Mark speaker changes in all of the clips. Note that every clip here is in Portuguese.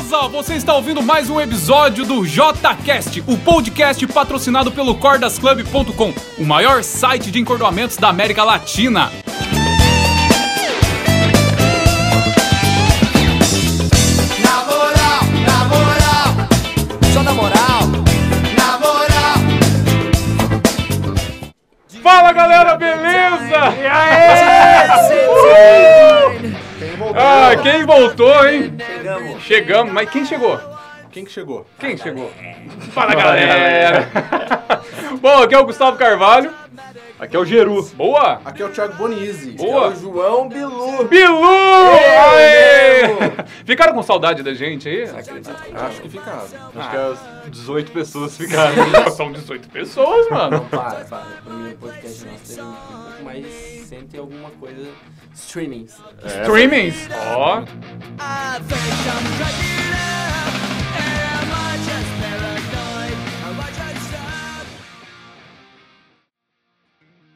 Speaker 1: pessoal, você está ouvindo mais um episódio do JCast, o podcast patrocinado pelo cordasclub.com, o maior site de encordoamentos da América Latina.
Speaker 2: Na moral, na moral, só na moral, na moral.
Speaker 3: Fala galera, beleza? E Ah, quem voltou, hein? Chegamos. Chegamos, mas quem chegou?
Speaker 4: Quem que chegou? Ah, tá.
Speaker 3: Quem chegou? Fala galera! Bom, aqui é o Gustavo Carvalho. Aqui é o Geru. Boa!
Speaker 4: Aqui é o Thiago Bonizzi. é
Speaker 3: Boa!
Speaker 4: João Bilu.
Speaker 3: Bilu! Aê! Ficaram com saudade da gente aí?
Speaker 4: Acho que fica.
Speaker 5: Acho que as 18 pessoas ficaram.
Speaker 3: São 18 pessoas, mano.
Speaker 6: Para, para. O primeiro podcast nosso teve um pouco mais de cento e alguma coisa streamings.
Speaker 3: Streamings! é Ó.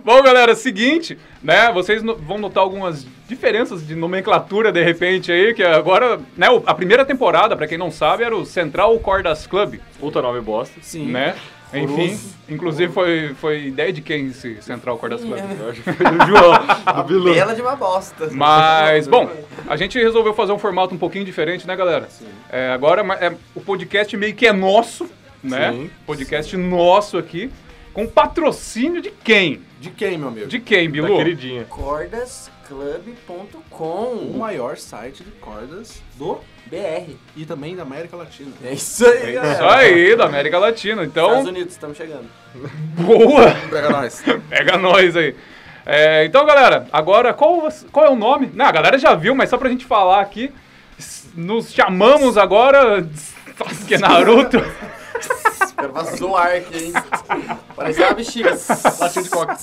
Speaker 3: Bom, galera, é seguinte, né? Vocês no- vão notar algumas diferenças de nomenclatura de repente aí, que agora, né? o- A primeira temporada, pra quem não sabe, era o Central Cordas Club,
Speaker 5: Puta nome bosta.
Speaker 4: Sim.
Speaker 3: né? Enfim, inclusive foi, foi ideia de quem esse Central Cordas Club?
Speaker 4: é.
Speaker 5: Eu acho que foi do João, do Bilu.
Speaker 6: Ela de uma bosta.
Speaker 3: Mas, bom, a gente resolveu fazer um formato um pouquinho diferente, né, galera? É, agora ma- é, o podcast meio que é nosso, né?
Speaker 4: Sim.
Speaker 3: podcast nosso aqui, com patrocínio de quem?
Speaker 4: De quem, meu amigo?
Speaker 3: De quem,
Speaker 5: Da
Speaker 3: Bilu?
Speaker 5: queridinha.
Speaker 4: O
Speaker 6: Cordasclub.com
Speaker 4: maior site de cordas do
Speaker 6: BR.
Speaker 4: e também da América Latina.
Speaker 6: É isso aí, galera.
Speaker 3: Isso Então- aí, da América Latina.
Speaker 6: Estados
Speaker 3: Então,
Speaker 6: Unidos, estamos chegando.
Speaker 3: boa!
Speaker 4: Pega nós.
Speaker 3: Pega nós aí. É, então, galera, agora qual, você- qual é o nome? Não, a galera já viu, mas só pra gente falar aqui, s- nos chamamos agora. Sasuke Naruto.
Speaker 6: Quero passar um ar aqui, hein? Parece uma bexiga. Latinho de coca.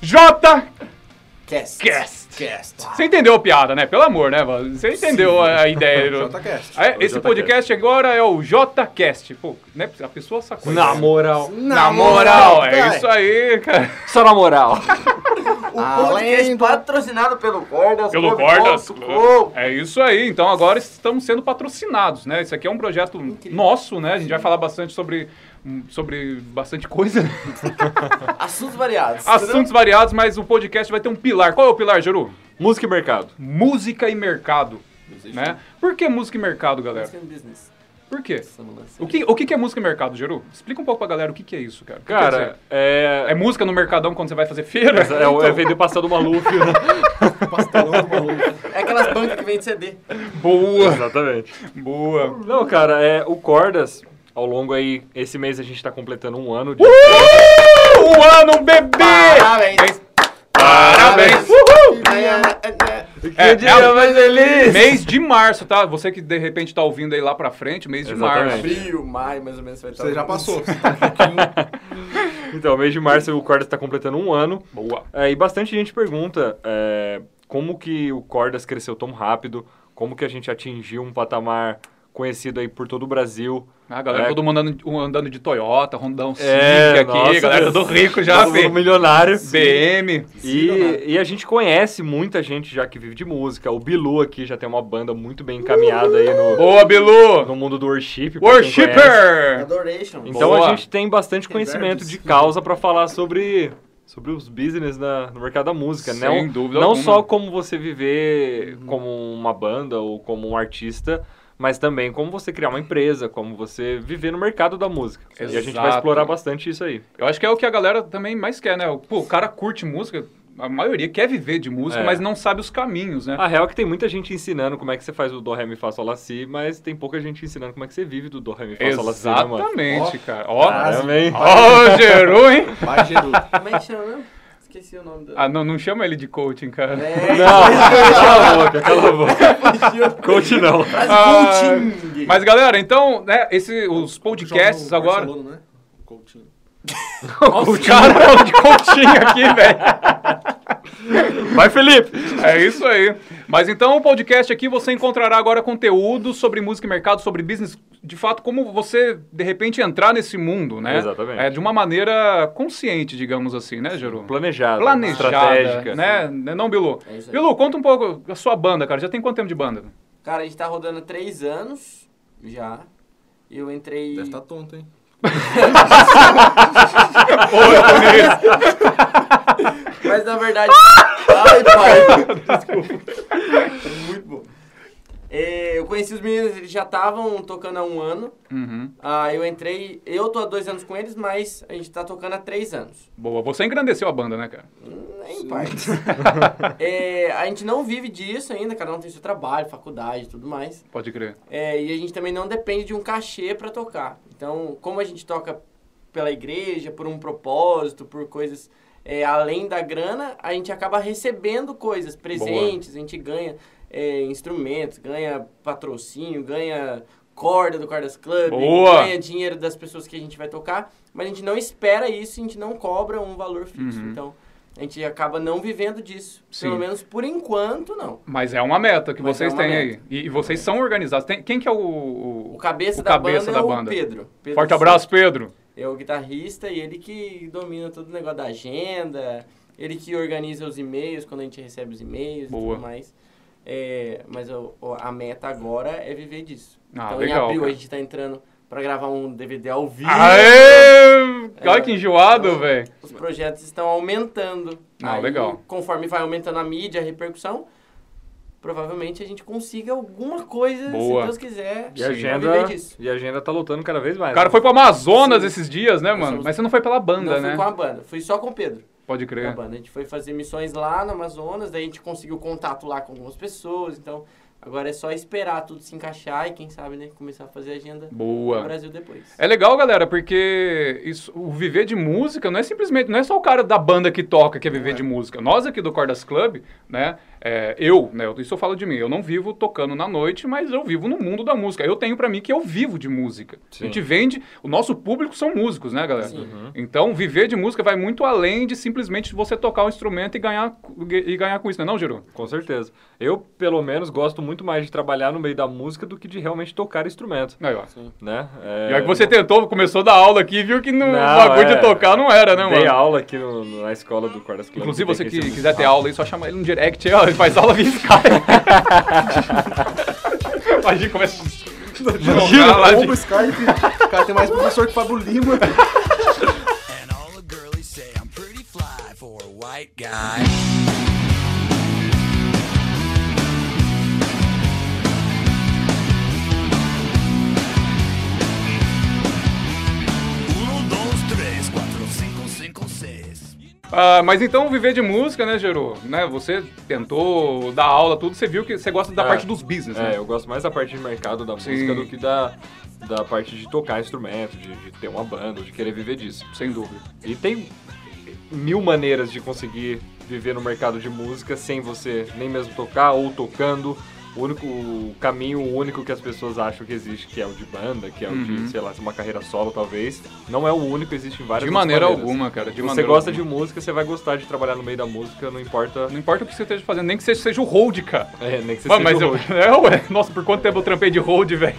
Speaker 3: J.
Speaker 6: Cast.
Speaker 3: Cast. Você entendeu a piada, né? Pelo amor, né, mano? Você entendeu a ideia. do-
Speaker 4: JCast.
Speaker 3: É, esse
Speaker 5: Jota
Speaker 3: podcast agora é o JCast. Pô, né? A pessoa sacou.
Speaker 5: Na
Speaker 3: isso.
Speaker 5: moral.
Speaker 3: Na moral, é isso aí, cara.
Speaker 5: Só na moral.
Speaker 6: O podcast patrocinado pelo Cordas.
Speaker 3: Pelo Cordas. É isso aí. Então agora estamos sendo patrocinados, né? Isso aqui é um projeto nosso, né? A gente vai falar bastante sobre, hum, sobre bastante coisa. né?
Speaker 6: Assuntos variados.
Speaker 3: Assuntos variados, mas o podcast vai ter um pilar. Qual é o pilar, Juru?
Speaker 5: Música e mercado.
Speaker 3: Música e mercado. Né? Por que música e mercado, galera?
Speaker 6: Música no business.
Speaker 3: Por quê?
Speaker 6: Estamos lançando.
Speaker 3: O que, o que que é música e mercado, Geru? Explica um pouco pra galera o que que é isso, cara. O que quer
Speaker 5: Cara,
Speaker 3: dizer? é
Speaker 5: é.
Speaker 3: música no mercadão quando você vai fazer feira?
Speaker 5: É, o- é vender pastel do Maluf.
Speaker 4: Pastelão do maluco.
Speaker 6: É aquelas bancas que vende CD.
Speaker 3: Boa!
Speaker 5: Exatamente.
Speaker 3: Boa!
Speaker 5: Não, cara, é o Cordas, ao longo aí, esse mês a gente tá completando um ano de.
Speaker 3: Uh!
Speaker 5: Um
Speaker 3: O ano, bebê!
Speaker 6: Parabéns.
Speaker 3: Parabéns!
Speaker 5: Uh!
Speaker 3: Uhul! É,
Speaker 5: dia
Speaker 3: é o-
Speaker 5: mais feliz!
Speaker 3: Mês de março, tá? Você que de repente tá ouvindo aí lá pra frente, mês de
Speaker 5: Exatamente.
Speaker 3: março.
Speaker 6: Frio, maio, mais ou menos. Vai estar
Speaker 4: Tá Você um já passou.
Speaker 5: Então, mês de março o Cordas tá completando um ano.
Speaker 3: Boa!
Speaker 5: É, e bastante gente pergunta é, como que o Cordas cresceu tão rápido, como que a gente atingiu um patamar conhecido aí por todo o Brasil.
Speaker 3: A Ah, galera,
Speaker 5: É.
Speaker 3: todo mundo andando, andando de Toyota, Rondão Civic
Speaker 5: É,
Speaker 3: aqui,
Speaker 5: nossa,
Speaker 3: galera
Speaker 5: Deus.
Speaker 3: todo rico já, assim.
Speaker 5: Todo mundo assim.
Speaker 3: filho.
Speaker 5: milionário.
Speaker 3: BM.
Speaker 5: E, e a gente conhece muita gente já que vive de música. O Bilu aqui já tem uma banda muito bem encaminhada aí no,
Speaker 3: Boa, Bilu!
Speaker 5: no mundo do worship. pra quem conhece.
Speaker 3: Worshipper!
Speaker 6: Adoration.
Speaker 5: Então
Speaker 3: Boa.
Speaker 5: a gente tem bastante conhecimento de causa pra falar sobre, sobre os business na- no mercado da música, né?
Speaker 3: Sem
Speaker 5: Um-
Speaker 3: dúvida
Speaker 5: Não
Speaker 3: alguma.
Speaker 5: só como você viver como uma banda ou como um artista, mas também como você criar uma empresa, como você viver no mercado da música. E a gente vai
Speaker 3: Exato.
Speaker 5: explorar bastante isso aí.
Speaker 3: Eu acho que é o que a galera também mais quer, né? Pô, o cara curte música, a maioria quer viver de música,
Speaker 5: É.
Speaker 3: mas não sabe os caminhos, né?
Speaker 5: A real é que tem muita gente ensinando como é que você faz o do, ré, mi, fá, sol, lá, si, mas tem pouca gente ensinando como é que você vive do do, ré, mi, fá, sol, lá, si, né, mano?
Speaker 3: Exatamente, cara. Ó,
Speaker 5: Caramba, hein?
Speaker 3: ó, Geru, hein?
Speaker 4: Vai, Geru.
Speaker 6: Como é que chama mesmo? Esqueci o nome do.
Speaker 3: Ah, não, não chama ele de coaching, cara.
Speaker 6: É,
Speaker 5: Não, cala a boca, cala a boca. Coach não.
Speaker 6: Mas
Speaker 3: Ah,
Speaker 6: coaching.
Speaker 3: Mas galera, então, né, esse, os podcasts
Speaker 4: Joga o
Speaker 3: agora.
Speaker 4: Barcelona, né? Coutinho.
Speaker 3: Os caras falam de coaching aqui, velho.
Speaker 5: Vai, Felipe!
Speaker 3: É isso aí. Mas então o podcast aqui você encontrará agora conteúdo sobre música e mercado, sobre business, de fato, como você de repente entrar nesse mundo, né?
Speaker 5: Exatamente.
Speaker 3: É, de uma maneira consciente, digamos assim, né, Geru?
Speaker 5: Planejada.
Speaker 3: planejada,
Speaker 5: Estratégica.
Speaker 3: né? Né Não, Bilu?
Speaker 6: É isso aí.
Speaker 3: Bilu, conta um pouco da sua banda, cara. Já tem quanto tempo de banda?
Speaker 6: Cara, a gente tá rodando há três anos já. E eu entrei.
Speaker 4: Deve tá- estar tonto, hein?
Speaker 6: Mas na verdade. Ai, pai. Muito bom. É, eu conheci os meninos, eles já estavam tocando há um ano.
Speaker 3: Uhum.
Speaker 6: Ah, eu entrei. Eu tô há dois anos com eles, mas a gente tá tocando há três anos.
Speaker 3: Boa, você engrandeceu a banda, né, cara?
Speaker 6: Nem partes. É, a gente não vive disso ainda, cada um tem seu trabalho, faculdade e tudo mais.
Speaker 3: Pode crer.
Speaker 6: É, e a gente também não depende de um cachê pra tocar. Então, como a gente toca pela igreja, por um propósito, por coisas é, além da grana, a gente acaba recebendo coisas, presentes, a gente ganha é, instrumentos, ganha patrocínio, ganha corda do Cordas Club,
Speaker 3: Boa!
Speaker 6: ganha dinheiro das pessoas que a gente vai tocar, mas a gente não espera isso, a gente não cobra um valor fixo.
Speaker 3: Uhum.
Speaker 6: Então, a gente acaba não vivendo disso.
Speaker 3: Sim.
Speaker 6: Pelo menos por enquanto, não.
Speaker 3: Mas é uma meta que
Speaker 6: Mas
Speaker 3: vocês
Speaker 6: é uma
Speaker 3: têm
Speaker 6: meta.
Speaker 3: aí. E, e vocês são organizados. Tem- quem que é o...
Speaker 6: O
Speaker 3: o-
Speaker 6: cabeça,
Speaker 3: O cabeça da
Speaker 6: da banda é o
Speaker 3: banda.
Speaker 6: Pedro. Pedro
Speaker 3: Forte
Speaker 6: Silva.
Speaker 3: abraço, Pedro.
Speaker 6: É o guitarrista e ele que domina todo o negócio da agenda, ele que organiza os e-mails, quando a gente recebe os e-mails e
Speaker 3: Boa.
Speaker 6: tudo mais. É, mas o- o- a meta agora é viver disso.
Speaker 3: Ah,
Speaker 6: então
Speaker 3: legal,
Speaker 6: em abril
Speaker 3: cara.
Speaker 6: a gente tá entrando pra gravar um DVD ao vivo.
Speaker 3: Aê! Olha
Speaker 6: É.
Speaker 3: que enjoado, velho.
Speaker 6: Os projetos estão aumentando.
Speaker 3: Ah,
Speaker 6: Aí,
Speaker 3: legal.
Speaker 6: Conforme vai aumentando a mídia, a repercussão, provavelmente a gente consiga alguma coisa,
Speaker 3: Boa.
Speaker 6: se Deus quiser,
Speaker 5: E
Speaker 6: pra
Speaker 5: a,
Speaker 6: viver
Speaker 5: agenda,
Speaker 6: disso.
Speaker 5: e a agenda tá lotando cada vez mais.
Speaker 3: O cara
Speaker 5: né?
Speaker 3: foi pro Amazonas esses dias, né,
Speaker 6: Nós
Speaker 3: mano?
Speaker 6: somos-
Speaker 3: Mas você não foi pela banda,
Speaker 6: Não fui
Speaker 3: né?
Speaker 6: com a banda, fui só com o Pedro.
Speaker 3: Pode
Speaker 6: da
Speaker 3: crer.
Speaker 6: banda. A gente foi fazer missões lá no Amazonas, daí a gente conseguiu contato lá com algumas pessoas, então agora é só esperar tudo se encaixar e quem sabe, né, começar a fazer agenda no
Speaker 3: Boa.
Speaker 6: Brasil depois.
Speaker 3: É legal, galera, porque isso, o viver de música não é simplesmente, não é só o cara da banda que toca que é viver de música. Nós aqui do Cordas Club, né, é, eu, né, eu- isso eu falo de mim, eu não vivo tocando na noite, mas eu vivo no mundo da música. Eu tenho pra mim que eu vivo de música. A gente vende, o nosso público são músicos, né, galera?
Speaker 6: Sim.
Speaker 5: Uhum.
Speaker 3: Então, viver de música vai muito além de simplesmente você tocar um instrumento e ganhar, e ganhar com isso, não é não, Giro?
Speaker 5: Com certeza. Eu, pelo menos, gosto muito mais de trabalhar no meio da música do que de realmente tocar instrumento,
Speaker 3: Aí, ó.
Speaker 5: né? É,
Speaker 3: E aí que você tentou, começou da aula aqui e viu que no
Speaker 5: Não,
Speaker 3: bagulho
Speaker 5: é.
Speaker 3: de tocar não era, né,
Speaker 5: Dei
Speaker 3: mano?
Speaker 5: aula aqui no- no- na escola do Cordas Club.
Speaker 3: Inclusive,
Speaker 5: tem
Speaker 3: você que
Speaker 5: ser
Speaker 3: quiser ter aula aí, só chama ele no direct, aí, ó, ele faz aula via Skype. Imagina, começa... Imagina lá
Speaker 4: Bomba
Speaker 3: de...
Speaker 4: o Skype. Cara, tem mais professor que Fábio Lima.
Speaker 2: And all the girlies say I'm pretty fly for a white guy. Um, dois, três, quatro, cinco, cinco, seis.
Speaker 3: Ah, mas então, viver de música, né, Geru? Né, você tentou dar aula, tudo, você viu que você gosta da
Speaker 5: É.
Speaker 3: parte dos business, né?
Speaker 5: É, eu gosto mais da parte de mercado da
Speaker 3: Sim.
Speaker 5: música do que da, da parte de tocar instrumento, de, de ter uma banda, de querer viver disso.
Speaker 3: Sem dúvida.
Speaker 5: E tem mil maneiras de conseguir viver no mercado de música sem você nem mesmo tocar ou tocando. O único o caminho único que as pessoas acham que existe, que é o de banda, que é o
Speaker 3: Uhum.
Speaker 5: de, sei lá, uma carreira solo talvez, não é o único, existem várias
Speaker 3: De
Speaker 5: outras
Speaker 3: maneira
Speaker 5: maneiras.
Speaker 3: alguma, cara, de
Speaker 5: Se você
Speaker 3: maneira
Speaker 5: gosta
Speaker 3: alguma.
Speaker 5: de música, você vai gostar de trabalhar no meio da música, não importa.
Speaker 3: Não importa o que você esteja fazendo, nem que você seja o hold, cara.
Speaker 5: É, nem que você
Speaker 3: Mano,
Speaker 5: seja
Speaker 3: mas
Speaker 5: o
Speaker 3: eu.
Speaker 5: roxo.
Speaker 3: É, ué. Nossa, por quanto tempo eu trampei de hold, velho?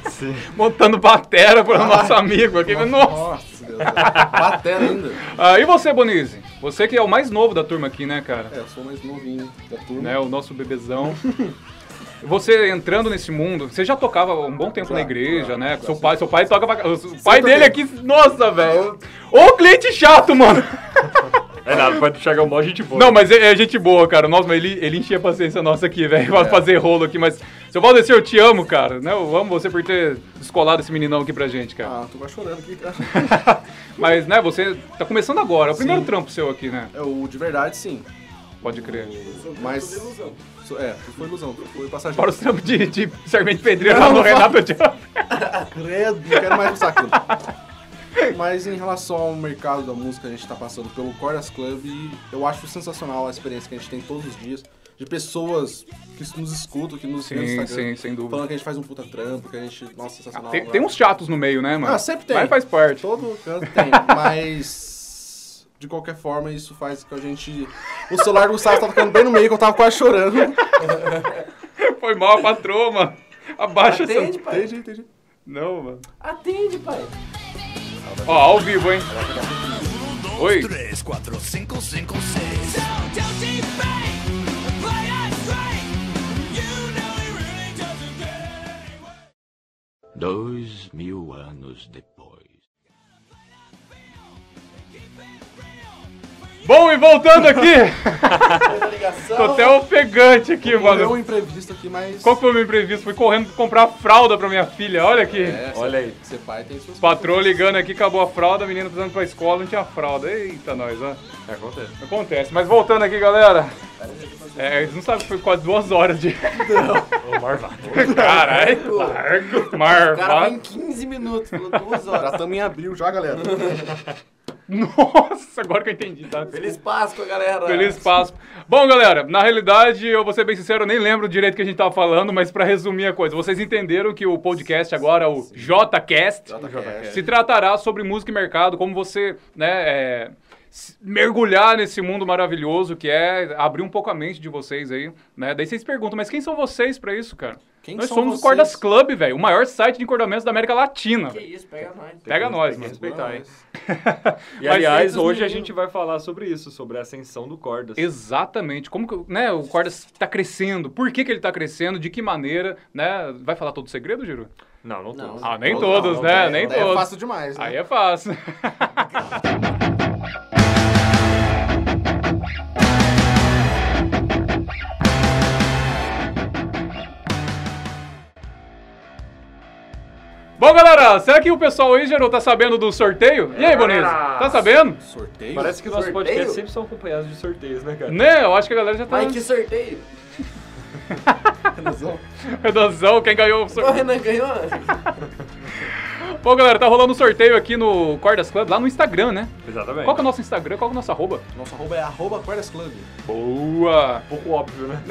Speaker 3: Montando batera
Speaker 5: Ah.
Speaker 3: pro nosso amigo aqui. Nossa.
Speaker 4: Nossa, Deus. Batera ainda.
Speaker 3: Ah, e você, Bonizzi? Você que é o mais novo da turma aqui, né, cara?
Speaker 4: É, eu sou mais novinho da turma.
Speaker 3: Né, o nosso bebezão. Você entrando nesse mundo, você já tocava um bom tempo na igreja, né? Com seu pai, seu pai toca pra ca- O pai dele aqui, nossa, velho. Ô cliente chato, mano!
Speaker 5: É nada, pode chegar uma gente boa.
Speaker 3: Não, mas é, é gente boa, cara. Nossa, mas ele, ele enchia a paciência nossa aqui, velho. Pra fazer rolo aqui, mas. Seu Valdecir, eu te amo, cara. Né? Eu amo você por ter descolado esse meninão aqui pra gente, cara.
Speaker 4: Ah, tô quase chorando aqui, cara.
Speaker 3: Mas, né, você tá começando agora. É o primeiro trampo seu aqui, né?
Speaker 4: É o de verdade, sim.
Speaker 3: Pode crer.
Speaker 4: Mas. Sou- É, tu foi ilusão. tu Foi passagem.
Speaker 3: Fora os trampos de, de Sargento Pedreiro lá
Speaker 4: Não,
Speaker 3: no
Speaker 4: não.
Speaker 3: Renato Jump.
Speaker 4: Credo, não quero mais usar aquilo. Mas em relação ao mercado da música, a gente tá passando pelo Cordas Club e eu acho sensacional a experiência que a gente tem todos os dias de pessoas que nos escutam, que nos seguem
Speaker 3: Sim,
Speaker 4: no Instagram,
Speaker 3: sim, sem dúvida.
Speaker 4: falando que a gente faz um puta trampo, que a gente. Nossa, sensacional.
Speaker 3: Tem,
Speaker 4: né?
Speaker 3: tem um uns chatos no meio, né, mano?
Speaker 4: Ah, sempre tem.
Speaker 3: Mas faz parte.
Speaker 4: Todo canto tem, mas de qualquer forma isso faz com que a gente... O celular do Gustavo tá ficando bem no meio, que eu tava quase chorando.
Speaker 3: Foi mal a patroa, mano. Abaixa essa...
Speaker 6: Atende, pai.
Speaker 4: Entendi, entendi.
Speaker 3: Não, mano.
Speaker 6: Atende, pai.
Speaker 3: Ó, ao vivo, hein? Oi.
Speaker 2: Um, Três, quatro, cinco, cinco, seis.
Speaker 7: Don't defame, play us straight. You know he really doesn't care.
Speaker 2: Dois mil anos depois.
Speaker 3: Bom, e voltando aqui,
Speaker 6: Fez a ligação.
Speaker 3: tô até ofegante aqui,
Speaker 4: Deu um
Speaker 3: mano.
Speaker 4: imprevisto aqui, mas.
Speaker 3: Qual que foi o meu imprevisto? Fui correndo comprar fralda pra minha filha, olha aqui.
Speaker 4: É,
Speaker 5: Olha
Speaker 4: ser-
Speaker 5: aí.
Speaker 4: Ser pai tem suas
Speaker 3: Patroa ligando aqui, acabou a fralda, a menina precisando ir pra escola, não tinha fralda. Eita, nós, ó.
Speaker 5: Acontece.
Speaker 3: Acontece. Mas voltando aqui, galera. É, eles não sabem que foi quase duas horas de.
Speaker 5: Ô, Marvado.
Speaker 3: Caralho, largo,
Speaker 6: O cara vai em
Speaker 3: marvado.
Speaker 6: 15 minutos, falou duas
Speaker 4: Já
Speaker 6: horas.
Speaker 4: estamos em abril já, galera.
Speaker 3: Nossa, agora que eu entendi, tá?
Speaker 6: Feliz Páscoa, galera.
Speaker 3: Feliz Páscoa. Bom, galera, na realidade, eu vou ser bem sincero, eu nem lembro direito o que a gente tava falando, mas pra resumir a coisa, vocês entenderam que o podcast agora, o JCast,
Speaker 4: JCast.
Speaker 3: se tratará sobre música e mercado, como você, né, é, se- mergulhar nesse mundo maravilhoso que é abrir um pouco a mente de vocês aí, né? Daí vocês perguntam, mas quem são vocês pra isso, cara?
Speaker 4: Quem
Speaker 3: Nós
Speaker 4: são
Speaker 3: somos
Speaker 4: vocês?
Speaker 3: o Cordas Club, velho, o maior site de encordamentos da América Latina.
Speaker 6: Que isso, pega nós.
Speaker 3: Pega nós,
Speaker 5: Tem que
Speaker 3: É mano.
Speaker 5: respeitar, hein? E
Speaker 3: Mas
Speaker 5: aliás,
Speaker 3: esses
Speaker 5: hoje a
Speaker 3: meninos-
Speaker 5: gente vai falar sobre isso, sobre a ascensão do Cordas.
Speaker 3: Exatamente. Como que, né, o Cordas tá crescendo? Por que, que ele tá crescendo? De que maneira, né? Vai falar todo o segredo, Giro?
Speaker 5: Não, não
Speaker 6: Não.
Speaker 5: todos.
Speaker 3: Ah, nem
Speaker 5: Não,
Speaker 3: todos,
Speaker 5: não,
Speaker 3: né?
Speaker 5: não,
Speaker 3: nem
Speaker 5: não.
Speaker 4: Daí é
Speaker 3: todos.
Speaker 4: fácil demais, né?
Speaker 3: Aí é fácil. Bom, galera, será que o pessoal aí, Gerou, tá sabendo do sorteio? E aí, Bonito? Tá sabendo?
Speaker 4: Sorteio?
Speaker 5: Parece que nossos
Speaker 6: Sorteio?
Speaker 5: podcasts sempre são acompanhados de sorteios, né, cara?
Speaker 3: Né? Eu acho que a galera já tá.
Speaker 6: Mas que sorteio.
Speaker 3: Redozão, quem ganhou o
Speaker 6: O
Speaker 3: sorteio?
Speaker 6: Renan ganhou.
Speaker 3: Bom, galera, tá rolando um sorteio aqui no Cordas Club, lá no Instagram, né?
Speaker 5: Exatamente.
Speaker 3: Qual que é o nosso Instagram? Qual que é o nosso arroba?
Speaker 4: Nosso arroba é arroba Cordas Club.
Speaker 3: Boa!
Speaker 5: Pouco óbvio, né?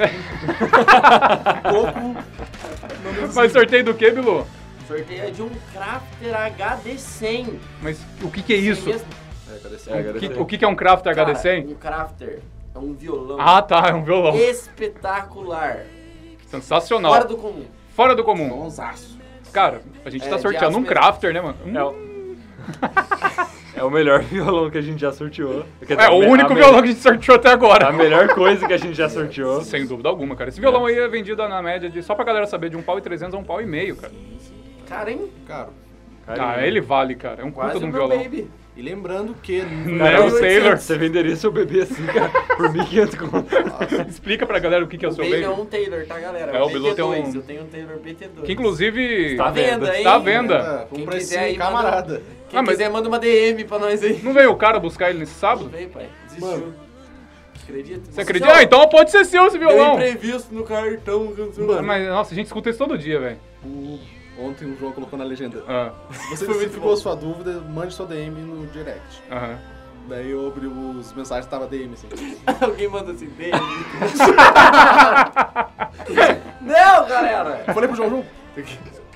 Speaker 3: Mas sorteio do quê, Bilu?
Speaker 6: Sorteio é de um Crafter HD100.
Speaker 3: Mas o que que é isso?
Speaker 6: Tem mesmo?
Speaker 4: É, agradecer.
Speaker 5: É,
Speaker 3: O que-
Speaker 5: agradecer.
Speaker 3: o que que é um Crafter
Speaker 6: Cara,
Speaker 3: HD100?
Speaker 6: Um Crafter é um violão
Speaker 3: Ah, tá, é um violão.
Speaker 6: espetacular.
Speaker 3: Sensacional.
Speaker 6: Fora do comum.
Speaker 3: Fora do comum.
Speaker 4: Bonzaço.
Speaker 3: Cara, a gente
Speaker 6: É,
Speaker 3: tá
Speaker 6: de
Speaker 3: sorteando
Speaker 6: aço
Speaker 3: um
Speaker 6: mesmo.
Speaker 3: Crafter, né, mano?
Speaker 5: É o... É o melhor violão que a gente já sorteou. Quer dizer,
Speaker 3: É,
Speaker 5: a
Speaker 3: o
Speaker 5: me-
Speaker 3: único
Speaker 5: a me-
Speaker 3: violão que a gente sorteou até
Speaker 5: A
Speaker 3: agora.
Speaker 5: melhor coisa que a gente já sorteou.
Speaker 3: Sem dúvida alguma, cara. Esse violão aí é vendido na média de, só pra galera saber, de um pau e 300 a um pau e meio, cara.
Speaker 6: Cara, é hein?
Speaker 4: Caro.
Speaker 5: Cara,
Speaker 3: Ah, ele vale, cara. É um puta
Speaker 6: Quase
Speaker 3: de um
Speaker 6: meu
Speaker 3: violão.
Speaker 6: baby.
Speaker 4: E lembrando que.
Speaker 3: Né, o
Speaker 5: 1.800.
Speaker 3: Sailor.
Speaker 5: Você venderia seu bebê assim, cara, por 1.500 conto.
Speaker 3: Explica pra galera o que que é o
Speaker 6: O
Speaker 3: seu
Speaker 6: baby é
Speaker 3: baby.
Speaker 6: um Taylor, tá, galera?
Speaker 3: É, o Bilu
Speaker 6: BT2.
Speaker 3: tem um-
Speaker 6: Eu tenho um Taylor BT2.
Speaker 3: Que inclusive...
Speaker 5: Tá
Speaker 6: Tá à venda, hein?
Speaker 3: Tá à venda.
Speaker 4: É,
Speaker 6: Quem
Speaker 4: um precinho
Speaker 6: quiser aí, manda-
Speaker 4: camarada.
Speaker 6: Quem
Speaker 3: Ah, mas-
Speaker 6: quiser, manda uma DM pra nós aí.
Speaker 3: Não veio o cara buscar ele nesse sábado?
Speaker 6: Vem, pai. Desistiu.
Speaker 4: Mano.
Speaker 6: Acredita?
Speaker 3: Você acredita? Ah, então pode ser seu esse
Speaker 6: Deu
Speaker 3: violão.
Speaker 6: imprevisto no cartão, cancelou.
Speaker 3: Ah, Mas, nossa, a gente escuta isso todo dia, velho.
Speaker 4: O- Ontem o João colocou na legenda.
Speaker 3: Ah,
Speaker 4: Se você ficou sua dúvida, mande sua DM no direct.
Speaker 3: aham.
Speaker 4: Daí eu abri os mensagens, tava DM assim.
Speaker 6: Alguém manda assim, beijo. Não, galera!
Speaker 4: Eu falei pro João, João.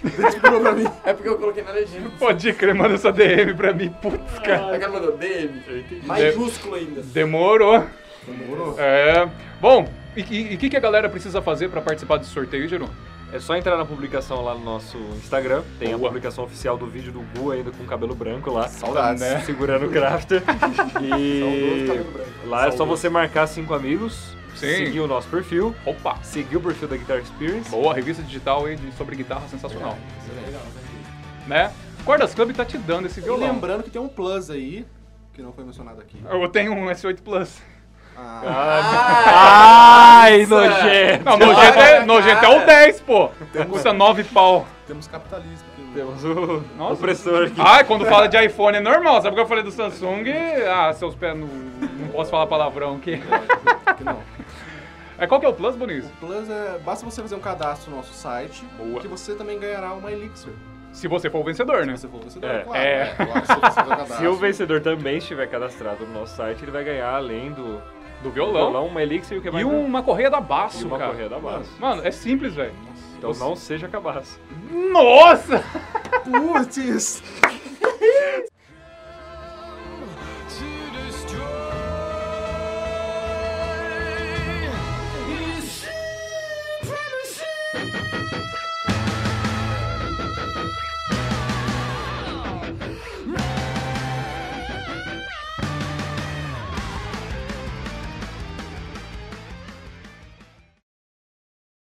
Speaker 4: Ele esperou pra mim.
Speaker 6: É porque eu coloquei na legenda.
Speaker 3: Pode crer, manda essa DM pra mim, putz, cara.
Speaker 6: Aí O cara mandou DM, maiúsculo ainda.
Speaker 3: Demorou.
Speaker 4: Demorou.
Speaker 3: É. Bom, e o que, que a galera precisa fazer pra participar desse sorteio, Geru?
Speaker 5: É só entrar na publicação lá no nosso Instagram. Tem
Speaker 3: Boa.
Speaker 5: a publicação oficial do vídeo do Gu ainda com o cabelo branco lá.
Speaker 4: Saudades.
Speaker 5: Né? Segurando o crafter. e
Speaker 6: Saudoso cabelo branco.
Speaker 5: lá é só você marcar cinco amigos,
Speaker 3: Sim.
Speaker 5: seguir o nosso perfil,
Speaker 3: Opa!
Speaker 5: seguir o perfil da Guitar Experience.
Speaker 3: Boa, revista digital aí de- sobre guitarra sensacional. Né? Cordas Club tá te dando esse
Speaker 4: E
Speaker 3: violão.
Speaker 4: lembrando que tem um plus aí, que não foi mencionado aqui.
Speaker 3: Eu tenho um S8 Plus.
Speaker 4: Ah,
Speaker 5: Ai, nojento!
Speaker 3: Não, nojento é, nojento é o 10, pô. Custa 9 pau.
Speaker 4: temos capitalismo aqui. né?
Speaker 5: Temos o
Speaker 3: Nossa.
Speaker 5: opressor aqui.
Speaker 3: Ah, quando fala de iPhone é normal, sabe o que eu falei do Samsung? Ah, seus pés, não, não posso falar palavrão aqui.
Speaker 4: Que não.
Speaker 3: É, qual que é o Plus, Bonis?
Speaker 4: Plus é. Basta você fazer um cadastro no nosso site,
Speaker 3: Boa.
Speaker 4: que você também ganhará uma Elixir.
Speaker 3: Se você for o vencedor, né?
Speaker 4: Se você for vencedor,
Speaker 5: É.
Speaker 4: claro. né?
Speaker 3: É.
Speaker 4: claro, se você fizer o cadastro.
Speaker 5: Se o vencedor também estiver cadastrado no nosso site, ele vai ganhar, além do
Speaker 3: Do
Speaker 5: do
Speaker 3: violão.
Speaker 5: violão, uma elixir e o que
Speaker 3: E
Speaker 5: mais?
Speaker 3: uma correia da Baço,
Speaker 5: e uma
Speaker 3: cara.
Speaker 5: correia da base.
Speaker 3: Mano, é simples, velho.
Speaker 5: Então não seja cabaço.
Speaker 3: Nossa!
Speaker 4: Putz!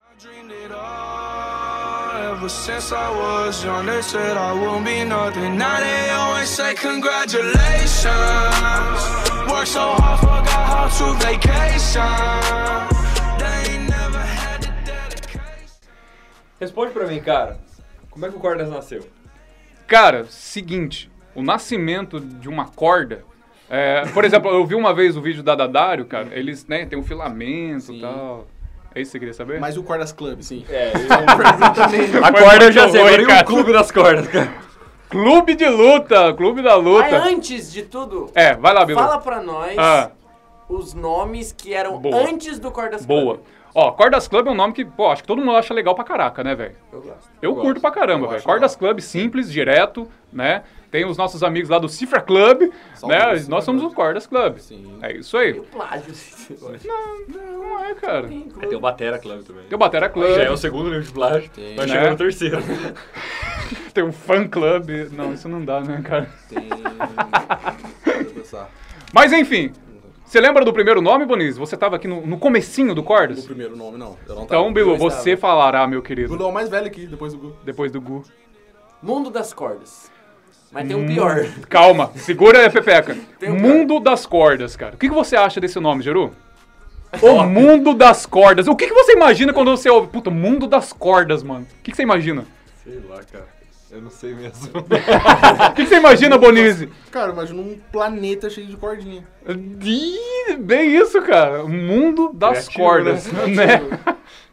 Speaker 2: I dreamed it all Ever since I was young, they said I won't be nothing. Now they always say congratulations. Worked so hard, forgot how to vacation. They ain't never had the dedication.
Speaker 5: Responde pra mim, cara. Como é que o Cordas nasceu?
Speaker 3: Cara, seguinte, o nascimento de uma corda. é, por exemplo, eu vi uma vez o vídeo da Dadário, cara, eles, né, tem um filamento e tal. É isso que você queria saber?
Speaker 4: Mas e o Cordas Club, sim.
Speaker 5: É,
Speaker 4: Exatamente.
Speaker 5: a corda eu já
Speaker 3: muito
Speaker 5: sei,
Speaker 3: ruim,
Speaker 5: agora e
Speaker 3: cara.
Speaker 5: o clube das cordas, cara.
Speaker 3: Clube de luta, clube da
Speaker 6: Mas
Speaker 3: luta.
Speaker 6: antes de tudo,
Speaker 3: É, vai lá, Bilu.
Speaker 6: fala pra nós
Speaker 3: Ah.
Speaker 6: os nomes que eram
Speaker 3: Boa.
Speaker 6: antes do Cordas
Speaker 3: Boa.
Speaker 6: Club.
Speaker 3: Ó, Cordas Club é um nome que, pô, acho que todo mundo acha legal pra caraca, né, velho?
Speaker 6: Eu gosto.
Speaker 3: Eu, curto pra caramba,
Speaker 4: Eu
Speaker 3: velho.
Speaker 4: acho
Speaker 3: Cordas Club, simples, direto, né? Tem os nossos amigos lá do Cifra Club,
Speaker 4: Salve,
Speaker 3: né?
Speaker 4: Cifra
Speaker 3: Nós somos
Speaker 4: Club.
Speaker 3: o Cordas Club.
Speaker 4: um Sim.
Speaker 3: É isso aí.
Speaker 6: E o plágio.
Speaker 3: Não é, cara. Tem
Speaker 5: É, tem o Batera Club também.
Speaker 3: o Batera Club,
Speaker 5: Já é o segundo livro de plágio,
Speaker 4: Tem.
Speaker 5: nós chegamos
Speaker 3: Né?
Speaker 5: no terceiro.
Speaker 3: tem o Fan Club. Não, isso não dá, né, cara?
Speaker 4: Tem. Deixa eu pensar.
Speaker 3: Mas enfim, você lembra do primeiro nome, Bonis? Você tava aqui no, no comecinho do
Speaker 4: O
Speaker 3: Cordas?
Speaker 4: primeiro nome, não. Eu não
Speaker 3: Então, Bilu,
Speaker 6: Eu estava.
Speaker 3: você falará, meu
Speaker 4: O
Speaker 3: querido,
Speaker 4: Bruno é o mais velho aqui, depois do Gu.
Speaker 3: depois do Gu.
Speaker 6: Mundo das Cordas. Mas tem um pior.
Speaker 3: Calma, segura a pepeca.
Speaker 6: Tem um
Speaker 3: Mundo das Cordas, cara. O que, que você acha desse nome, Geru? O Mundo das Cordas. O que, que você imagina quando você ouve? Puta, Mundo das Cordas, mano. O que, que você imagina?
Speaker 5: Sei lá, cara. Eu não sei mesmo.
Speaker 3: O que, que você imagina, Bonizzi?
Speaker 4: Cara, imagina um planeta cheio de cordinha.
Speaker 3: Ih, Bem isso, cara. Mundo das
Speaker 5: Criativo,
Speaker 3: Cordas, né?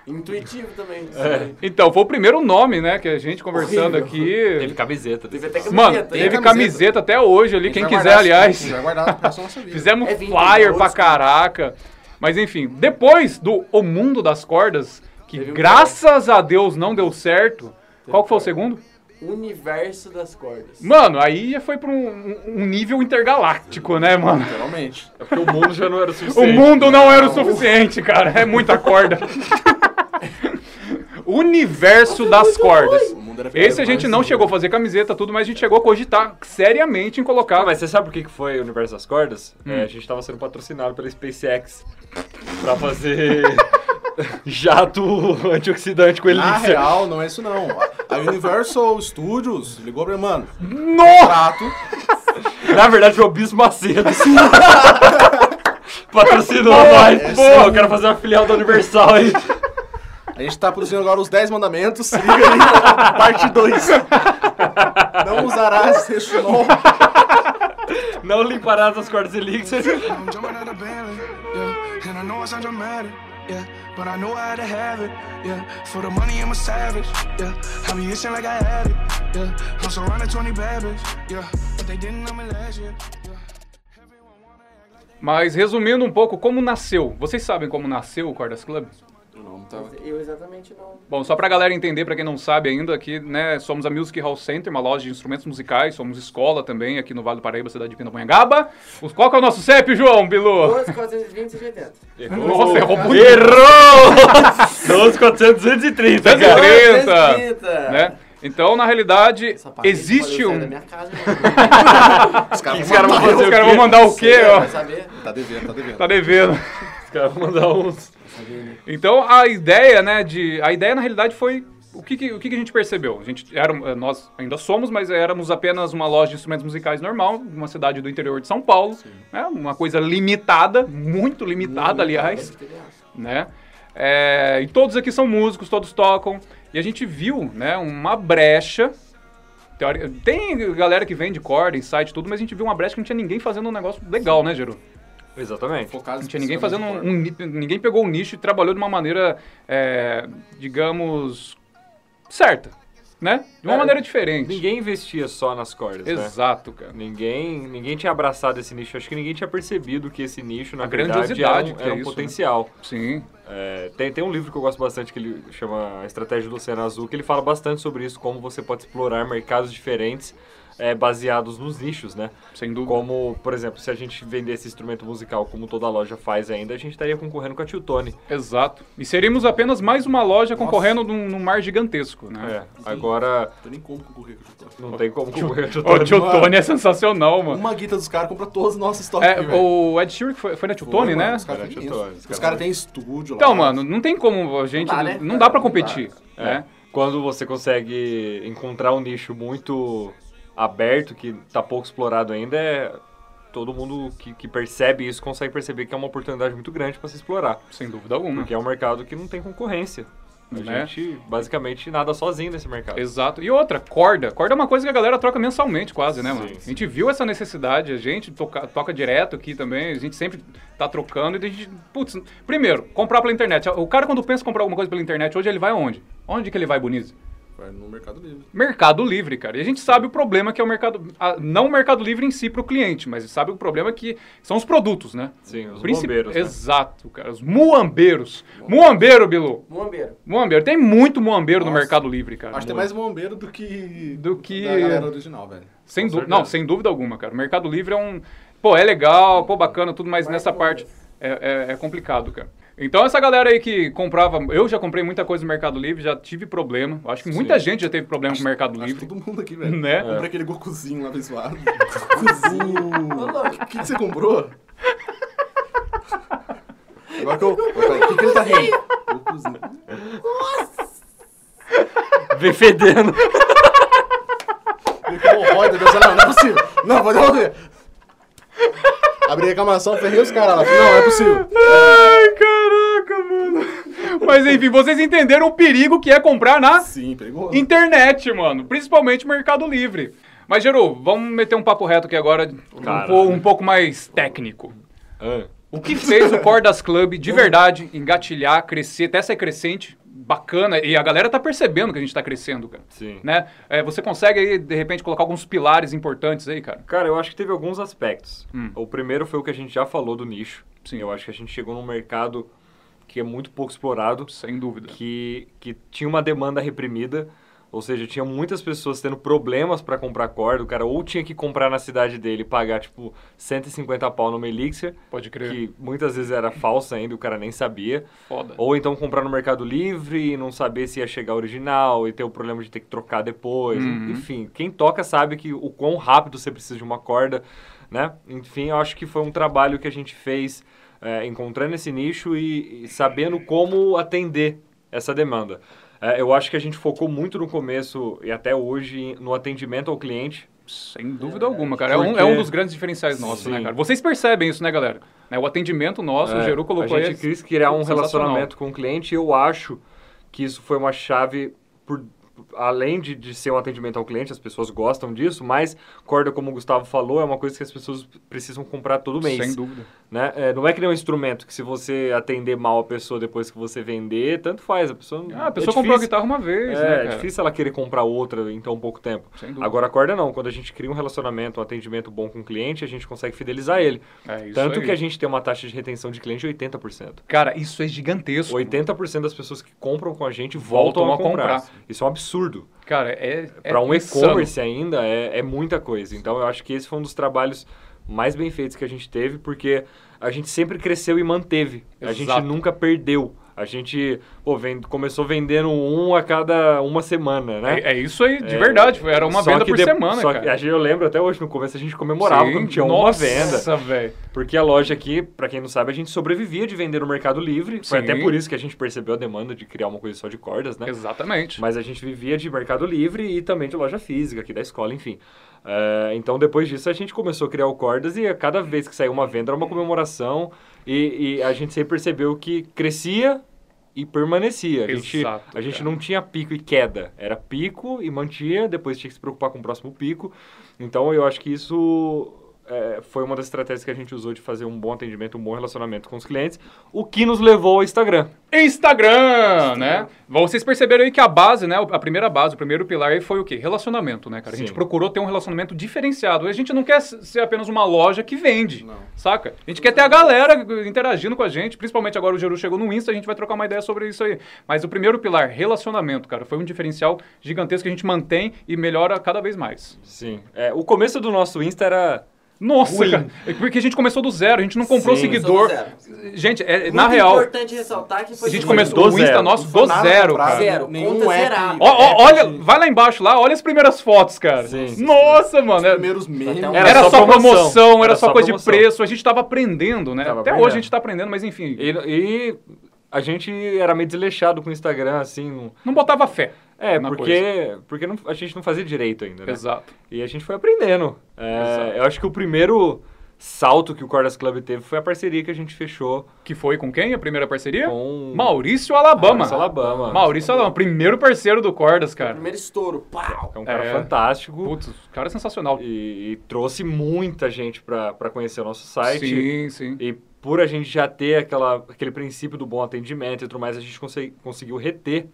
Speaker 6: Intuitivo também. né?
Speaker 3: Então, foi o primeiro nome, né, que a gente conversando
Speaker 6: Horrível.
Speaker 5: Teve
Speaker 3: aqui.
Speaker 5: camiseta.
Speaker 6: Teve até camiseta.
Speaker 3: Mano,
Speaker 6: hein?
Speaker 3: teve camiseta até hoje ali, quem quiser, aliás.
Speaker 4: Já guardar pra só nossa vida.
Speaker 3: Fizemos
Speaker 6: É vintage,
Speaker 3: flyer
Speaker 6: old
Speaker 3: pra
Speaker 6: school.
Speaker 3: caraca. Mas enfim, depois do O Mundo das Cordas, que
Speaker 6: Teve um
Speaker 3: graças a Deus não deu certo. Qual que foi o segundo?
Speaker 6: Universo das Cordas.
Speaker 3: Mano, aí já foi pra um, um- um nível intergaláctico, né, mano?
Speaker 4: Literalmente.
Speaker 5: É porque o mundo já não era o
Speaker 3: O
Speaker 5: suficiente.
Speaker 3: mundo não era o suficiente, cara. É muita corda. Universo das cordas.
Speaker 4: O mundo era
Speaker 3: Esse a
Speaker 4: pequeno,
Speaker 3: gente
Speaker 4: mas-
Speaker 3: não chegou a fazer camiseta, tudo, mas a gente chegou a cogitar seriamente em
Speaker 5: Ah,
Speaker 3: colocar.
Speaker 5: mas você sabe por que que foi o Universo das Cordas? É, a gente tava sendo patrocinado pela SpaceX pra fazer jato antioxidante com
Speaker 4: Na
Speaker 5: elixir.
Speaker 4: real, não é isso não. A Universal Studios ligou pra mim, mano,
Speaker 3: Nossa!
Speaker 4: prato.
Speaker 5: Na verdade, foi o Bis Macedo. Patrocinou nós.
Speaker 4: essa
Speaker 5: Pô, eu quero fazer uma filial da Universal aí.
Speaker 4: A gente tá produzindo agora os 10 mandamentos. Se liga aí, parte 2. Não usarás este nome.
Speaker 5: Não limparás as cordas elixir.
Speaker 2: I'm jumping out of Bentley, yeah. And I know it sounds dramatic, yeah. But I know I had to have it, yeah. For the money, I'm a savage, yeah. I be itching like I had it, yeah. I'm surrounded 20 bad bitch, yeah. But they didn't know me last year, yeah. Everyone wanna act like
Speaker 3: Mas resumindo um pouco, como nasceu? Vocês sabem como nasceu o Cordas Club?
Speaker 6: Eu exatamente não.
Speaker 3: Bom, só pra galera entender, pra quem não sabe ainda, aqui, né, somos a Music Hall Center, uma loja de instrumentos musicais, somos escola também, aqui no Vale do Paraíba, cidade de Pindamonhangaba. Os- Qual que é o nosso CEP, João, Bilu?
Speaker 6: 12, 420 e 80.
Speaker 3: Nossa, errou muito.
Speaker 5: Errou! 12,430, cara.
Speaker 3: 130!
Speaker 6: 30.
Speaker 3: Né? Então, na realidade,
Speaker 6: Essa parede
Speaker 3: existe
Speaker 6: pode
Speaker 3: um...
Speaker 6: sair Da minha casa, né?
Speaker 4: Os caras
Speaker 5: Os caras vão fazer
Speaker 3: Os
Speaker 5: o
Speaker 3: caras vão
Speaker 5: quê?
Speaker 3: mandar um. o quê,
Speaker 6: Vai
Speaker 3: ó?
Speaker 6: saber?
Speaker 4: Tá devendo, tá devendo.
Speaker 3: Tá devendo.
Speaker 5: Os caras vão mandar uns...
Speaker 3: Então a ideia, né, de. A ideia, na realidade, foi. O que, que- o que, que a gente percebeu? A gente era, eh, nós ainda somos, mas éramos apenas uma loja de instrumentos musicais normal, uma cidade do interior de São Paulo, né? Uma coisa limitada, muito limitada, aliás, né? É, e todos aqui são músicos, todos tocam. E a gente viu, né, uma brecha. teori- Tem galera que vende corda, insight, tudo, mas a gente viu uma brecha que não tinha ninguém fazendo um negócio legal, né, Geru?
Speaker 5: Exatamente.
Speaker 4: Focado
Speaker 3: Não tinha ninguém fazendo um,
Speaker 4: especificamente
Speaker 3: um ni- ninguém pegou o nicho e trabalhou de uma maneira, é, digamos, certa, né? De uma
Speaker 5: É,
Speaker 3: maneira diferente.
Speaker 5: Ninguém investia só nas cordas, né?
Speaker 3: Exato, cara.
Speaker 5: Ninguém, ninguém tinha abraçado esse nicho. Acho que ninguém tinha percebido que esse nicho, na
Speaker 3: A
Speaker 5: verdade, era um,
Speaker 3: grandiosidade que
Speaker 5: era
Speaker 3: é
Speaker 5: um
Speaker 3: isso, né?
Speaker 5: potencial.
Speaker 3: Sim.
Speaker 5: É, tem, tem um livro que eu gosto bastante que ele chama A Estratégia do Oceano Azul, que ele fala bastante sobre isso, como você pode explorar mercados diferentes é, baseados nos nichos, né?
Speaker 3: Sem dúvida.
Speaker 5: Como, por exemplo, se a gente vendesse instrumento musical como toda loja faz ainda, a gente estaria concorrendo com a Tiltone.
Speaker 3: Exato. E seríamos apenas mais uma loja concorrendo num, num mar gigantesco, né?
Speaker 5: É, agora
Speaker 4: forte. Não tem nem como concorrer com o Tio Tony.
Speaker 5: não tem como concorrer com a
Speaker 3: O
Speaker 5: Tiltone.
Speaker 3: Tio Tony é sensacional, mano.
Speaker 4: Uma guita dos caras compra todos os nossos toques.
Speaker 3: É, o Ed Sheeran que foi, foi na Tio Tony, né?
Speaker 4: Os caras
Speaker 5: Era
Speaker 4: têm
Speaker 5: Tio Tony, os
Speaker 4: isso. Os
Speaker 5: caras-
Speaker 4: caras têm estúdio lá.
Speaker 3: Então, mano, não tem como a gente. Não
Speaker 6: dá,
Speaker 3: dá,
Speaker 6: né?
Speaker 3: pra competir. né?
Speaker 5: quando você consegue encontrar um nicho muito aberto, que tá pouco explorado ainda, é todo mundo que, que percebe isso consegue perceber que é uma oportunidade muito grande para se explorar.
Speaker 3: Sem dúvida alguma.
Speaker 5: Porque é um mercado que não tem concorrência. A
Speaker 3: Hum. Né?
Speaker 5: gente basicamente nada sozinho nesse mercado.
Speaker 3: Exato. E outra, corda. Corda é uma coisa que a galera troca mensalmente, quase, né, mano?
Speaker 5: Sim, sim.
Speaker 3: A gente viu essa necessidade, a gente toca, toca direto aqui também, a gente sempre tá trocando e a gente. Putz, primeiro, comprar pela internet. O cara, quando pensa em comprar alguma coisa pela internet hoje, ele vai aonde? Onde que ele vai, Bonizzi?
Speaker 4: Vai no Mercado Livre.
Speaker 3: Mercado Livre, cara. E a gente sabe o problema que é o mercado. a- não o Mercado Livre em si para o cliente, mas sabe o problema que são os produtos, né?
Speaker 5: Sim, os
Speaker 3: Princip-
Speaker 5: bombeiros, né?
Speaker 3: Exato, cara. Os muambeiros. Muambeiro, Bilu.
Speaker 6: Muambeiro.
Speaker 3: Muambeiro. Tem muito muambeiro no
Speaker 4: Nossa.
Speaker 3: Mercado Livre, cara.
Speaker 4: Acho que tem mais bombeiro do que.
Speaker 3: Do que-
Speaker 4: Da galera original, velho.
Speaker 3: Sem
Speaker 5: Com
Speaker 3: dú-
Speaker 5: certeza.
Speaker 3: Não, sem dúvida alguma, cara. O Mercado Livre é um. Pô, é legal, pô, bacana, tudo, mas
Speaker 6: Vai
Speaker 3: nessa
Speaker 6: com
Speaker 3: parte é, é- é complicado, cara. Então, essa galera aí que comprava. Eu já comprei muita coisa no Mercado Livre, já tive problema. Eu Acho que muita gente já teve problema com o Mercado
Speaker 4: Acho que
Speaker 3: Livre.
Speaker 4: todo mundo aqui, velho.
Speaker 3: Né?
Speaker 4: Comprei aquele Gokuzinho lá visual. Gokuzinho. O que, que você comprou? Agora que eu. Peraí, O que, que ele tá rindo? Gokuzinho.
Speaker 5: Vem fedendo.
Speaker 4: Meio que hemorroida, Deus. Não, não é possível. Não, vou devolver. Abri a reclamação, ferrei os caras lá. Falei, Não, não é possível.
Speaker 3: Ai, caraca, mano. Mas enfim, vocês entenderam o perigo que é comprar na
Speaker 4: Sim, pegou.
Speaker 3: internet, mano. Principalmente Mercado Livre. Mas, Geru, vamos meter um papo reto aqui agora, um
Speaker 5: Cara.
Speaker 3: po- um pouco mais técnico.
Speaker 5: Ah,
Speaker 3: O que fez o Cordas Club de verdade engatilhar, crescer, até ser crescente, bacana, e a galera tá percebendo que a gente tá crescendo, cara.
Speaker 5: sim.
Speaker 3: Né? É, você consegue aí, de repente, colocar alguns pilares importantes aí, cara?
Speaker 5: Cara, eu acho que teve alguns aspectos.
Speaker 3: Hum.
Speaker 5: O primeiro foi o que a gente já falou do nicho.
Speaker 3: Sim.
Speaker 5: Eu acho que a gente chegou num mercado que é muito pouco explorado,
Speaker 3: Sem dúvida.
Speaker 5: que, que tinha uma demanda reprimida, ou seja, tinha muitas pessoas tendo problemas para comprar corda. O cara ou tinha que comprar na cidade dele e pagar, tipo, 150 pau numa elixir,
Speaker 3: Pode crer.
Speaker 5: que muitas vezes era falsa ainda, o cara nem sabia.
Speaker 3: Foda.
Speaker 5: Ou então comprar no Mercado Livre e não saber se ia chegar original e ter o problema de ter que trocar depois.
Speaker 3: Uhum.
Speaker 5: Enfim, quem toca sabe que o quão rápido você precisa de uma corda, né? Enfim, eu acho que foi um trabalho que a gente fez é, encontrando esse nicho e, e sabendo como atender essa demanda. É, eu acho que a gente focou muito no começo e até hoje no atendimento ao cliente.
Speaker 3: Sem dúvida alguma, cara. É um, é
Speaker 5: Porque-
Speaker 3: um dos grandes diferenciais nossos, né,
Speaker 5: Sim.
Speaker 3: cara? Vocês percebem isso, né, galera? Né, O atendimento nosso, o
Speaker 5: É,
Speaker 3: Geru colocou
Speaker 5: a gente
Speaker 3: aí.
Speaker 5: quis criar um
Speaker 3: sensacional.
Speaker 5: relacionamento com o cliente e eu acho que isso foi uma chave por além de, de ser um atendimento ao cliente, as pessoas gostam disso, mas corda, como o Gustavo falou, é uma coisa que as pessoas precisam comprar todo um mês.
Speaker 3: Sem dúvida.
Speaker 5: né? É, não é que nem um instrumento que se você atender mal a pessoa depois que você vender, tanto faz. A pessoa, não-
Speaker 3: Ah, a pessoa
Speaker 5: é
Speaker 3: comprou a
Speaker 5: difícil.
Speaker 3: guitarra uma vez,
Speaker 5: É,
Speaker 3: né,
Speaker 5: é
Speaker 3: cara?
Speaker 5: difícil ela querer comprar outra em tão pouco tempo.
Speaker 3: Sem dúvida.
Speaker 5: Agora a corda não, quando a gente cria um relacionamento, um atendimento bom com o cliente, a gente consegue fidelizar ele.
Speaker 3: É isso
Speaker 5: Tanto
Speaker 3: aí.
Speaker 5: que a gente tem uma taxa de retenção de cliente de 80%.
Speaker 3: Cara, isso é gigantesco.
Speaker 5: 80% das pessoas que compram com a gente voltam,
Speaker 3: Voltam a
Speaker 5: a comprar.
Speaker 3: comprar.
Speaker 5: Isso é um absurdo.
Speaker 3: Cara, é. é
Speaker 5: Para um
Speaker 3: insano.
Speaker 5: e-commerce ainda é, é muita coisa. Então eu acho que esse foi um dos trabalhos mais bem feitos que a gente teve, porque a gente sempre cresceu e manteve. A gente
Speaker 3: Exato.
Speaker 5: nunca perdeu. A gente pô, vend- começou vendendo um a cada uma semana, né?
Speaker 3: É, é isso aí, de
Speaker 5: É,
Speaker 3: verdade. foi- Era uma
Speaker 5: só
Speaker 3: venda
Speaker 5: que
Speaker 3: por
Speaker 5: de-
Speaker 3: semana,
Speaker 5: só que
Speaker 3: cara.
Speaker 5: a gente- eu lembro até hoje, no começo a gente comemorava
Speaker 3: Sim,
Speaker 5: quando tinha uma
Speaker 3: nossa,
Speaker 5: venda.
Speaker 3: velho.
Speaker 5: Porque a loja aqui, pra quem não sabe, a gente sobrevivia de vender no Mercado Livre. Foi
Speaker 3: Sim.
Speaker 5: até por isso que a gente percebeu a demanda de criar uma coisa só de cordas, né?
Speaker 3: Exatamente.
Speaker 5: Mas a gente vivia de Mercado Livre e também de loja física aqui da escola, enfim. É, então, depois disso, a gente começou a criar o Cordas e a cada vez que saía uma venda era uma comemoração e, e a gente sempre percebeu que crescia e permanecia. A gente,
Speaker 3: Exato,
Speaker 5: a gente
Speaker 3: cara.
Speaker 5: não tinha pico e queda. Era pico e mantinha, depois tinha que se preocupar com o próximo pico. Então, eu acho que isso... é, foi uma das estratégias que a gente usou de fazer um bom atendimento, um bom relacionamento com os clientes, o que nos levou ao Instagram.
Speaker 3: Instagram, né? Vocês perceberam aí que a base, né? A primeira base, o primeiro pilar aí foi o quê? Relacionamento, né, cara? A gente
Speaker 5: Sim.
Speaker 3: procurou ter um relacionamento diferenciado. A gente não quer s- ser apenas uma loja que vende,
Speaker 4: Não.
Speaker 3: saca? A gente quer ter a galera interagindo com a gente, principalmente agora o Geru chegou no Insta, a gente vai trocar uma ideia sobre isso aí. Mas o primeiro pilar, relacionamento, cara, foi um diferencial gigantesco que a gente mantém e melhora cada vez mais.
Speaker 5: Sim. É, o começo do nosso Insta era
Speaker 3: Nossa,
Speaker 5: Ruim.
Speaker 3: cara, é porque a gente começou do zero, a gente não comprou
Speaker 5: Sim.
Speaker 3: seguidor.
Speaker 6: Começou
Speaker 3: Gente, é-
Speaker 6: Muito
Speaker 3: na real,
Speaker 6: importante ressaltar que foi
Speaker 3: a gente
Speaker 6: do
Speaker 3: começou
Speaker 5: Do
Speaker 3: o Insta
Speaker 5: zero.
Speaker 3: nosso
Speaker 4: Não foi
Speaker 3: do
Speaker 4: nada
Speaker 3: zero,
Speaker 4: comprado,
Speaker 3: cara.
Speaker 6: Zero,
Speaker 4: Nenhum
Speaker 6: conta
Speaker 4: app,
Speaker 6: zerada.
Speaker 3: Ó, ó,
Speaker 4: app
Speaker 3: olha,
Speaker 4: de-
Speaker 3: vai lá embaixo lá, olha as primeiras fotos, cara.
Speaker 5: Sim.
Speaker 3: Nossa, mano. é-
Speaker 4: Primeiros memes.
Speaker 6: Era
Speaker 3: Era, só, promoção, era, só, coisa
Speaker 5: promoção.
Speaker 3: de preço, a gente tava aprendendo, né?
Speaker 5: Tava
Speaker 3: Até
Speaker 5: aprendendo.
Speaker 3: hoje a gente tá aprendendo, mas enfim,
Speaker 5: E, e a gente era meio desleixado com o Instagram, assim. não-
Speaker 3: não botava fé.
Speaker 5: É,
Speaker 3: na
Speaker 5: porque, porque não- a gente não fazia direito ainda, né?
Speaker 3: Exato.
Speaker 5: E a gente foi aprendendo. É,
Speaker 3: Exato.
Speaker 5: eu acho que o primeiro salto que o Cordas Club teve foi a parceria que a gente fechou
Speaker 3: Que foi com quem a primeira parceria?
Speaker 5: com...
Speaker 3: Maurício Alabama.
Speaker 5: Maurício Alabama.
Speaker 3: Maurício Alabama, primeiro parceiro do Cordas, cara.
Speaker 6: Primeiro estouro, pau!
Speaker 5: É um cara
Speaker 3: É.
Speaker 5: fantástico.
Speaker 3: Putz, o cara é sensacional.
Speaker 5: E, e trouxe muita gente pra pra conhecer o nosso site.
Speaker 3: Sim, sim.
Speaker 5: E por a gente já ter aquela, aquele princípio do bom atendimento e tudo mais, a gente conse- conseguiu reter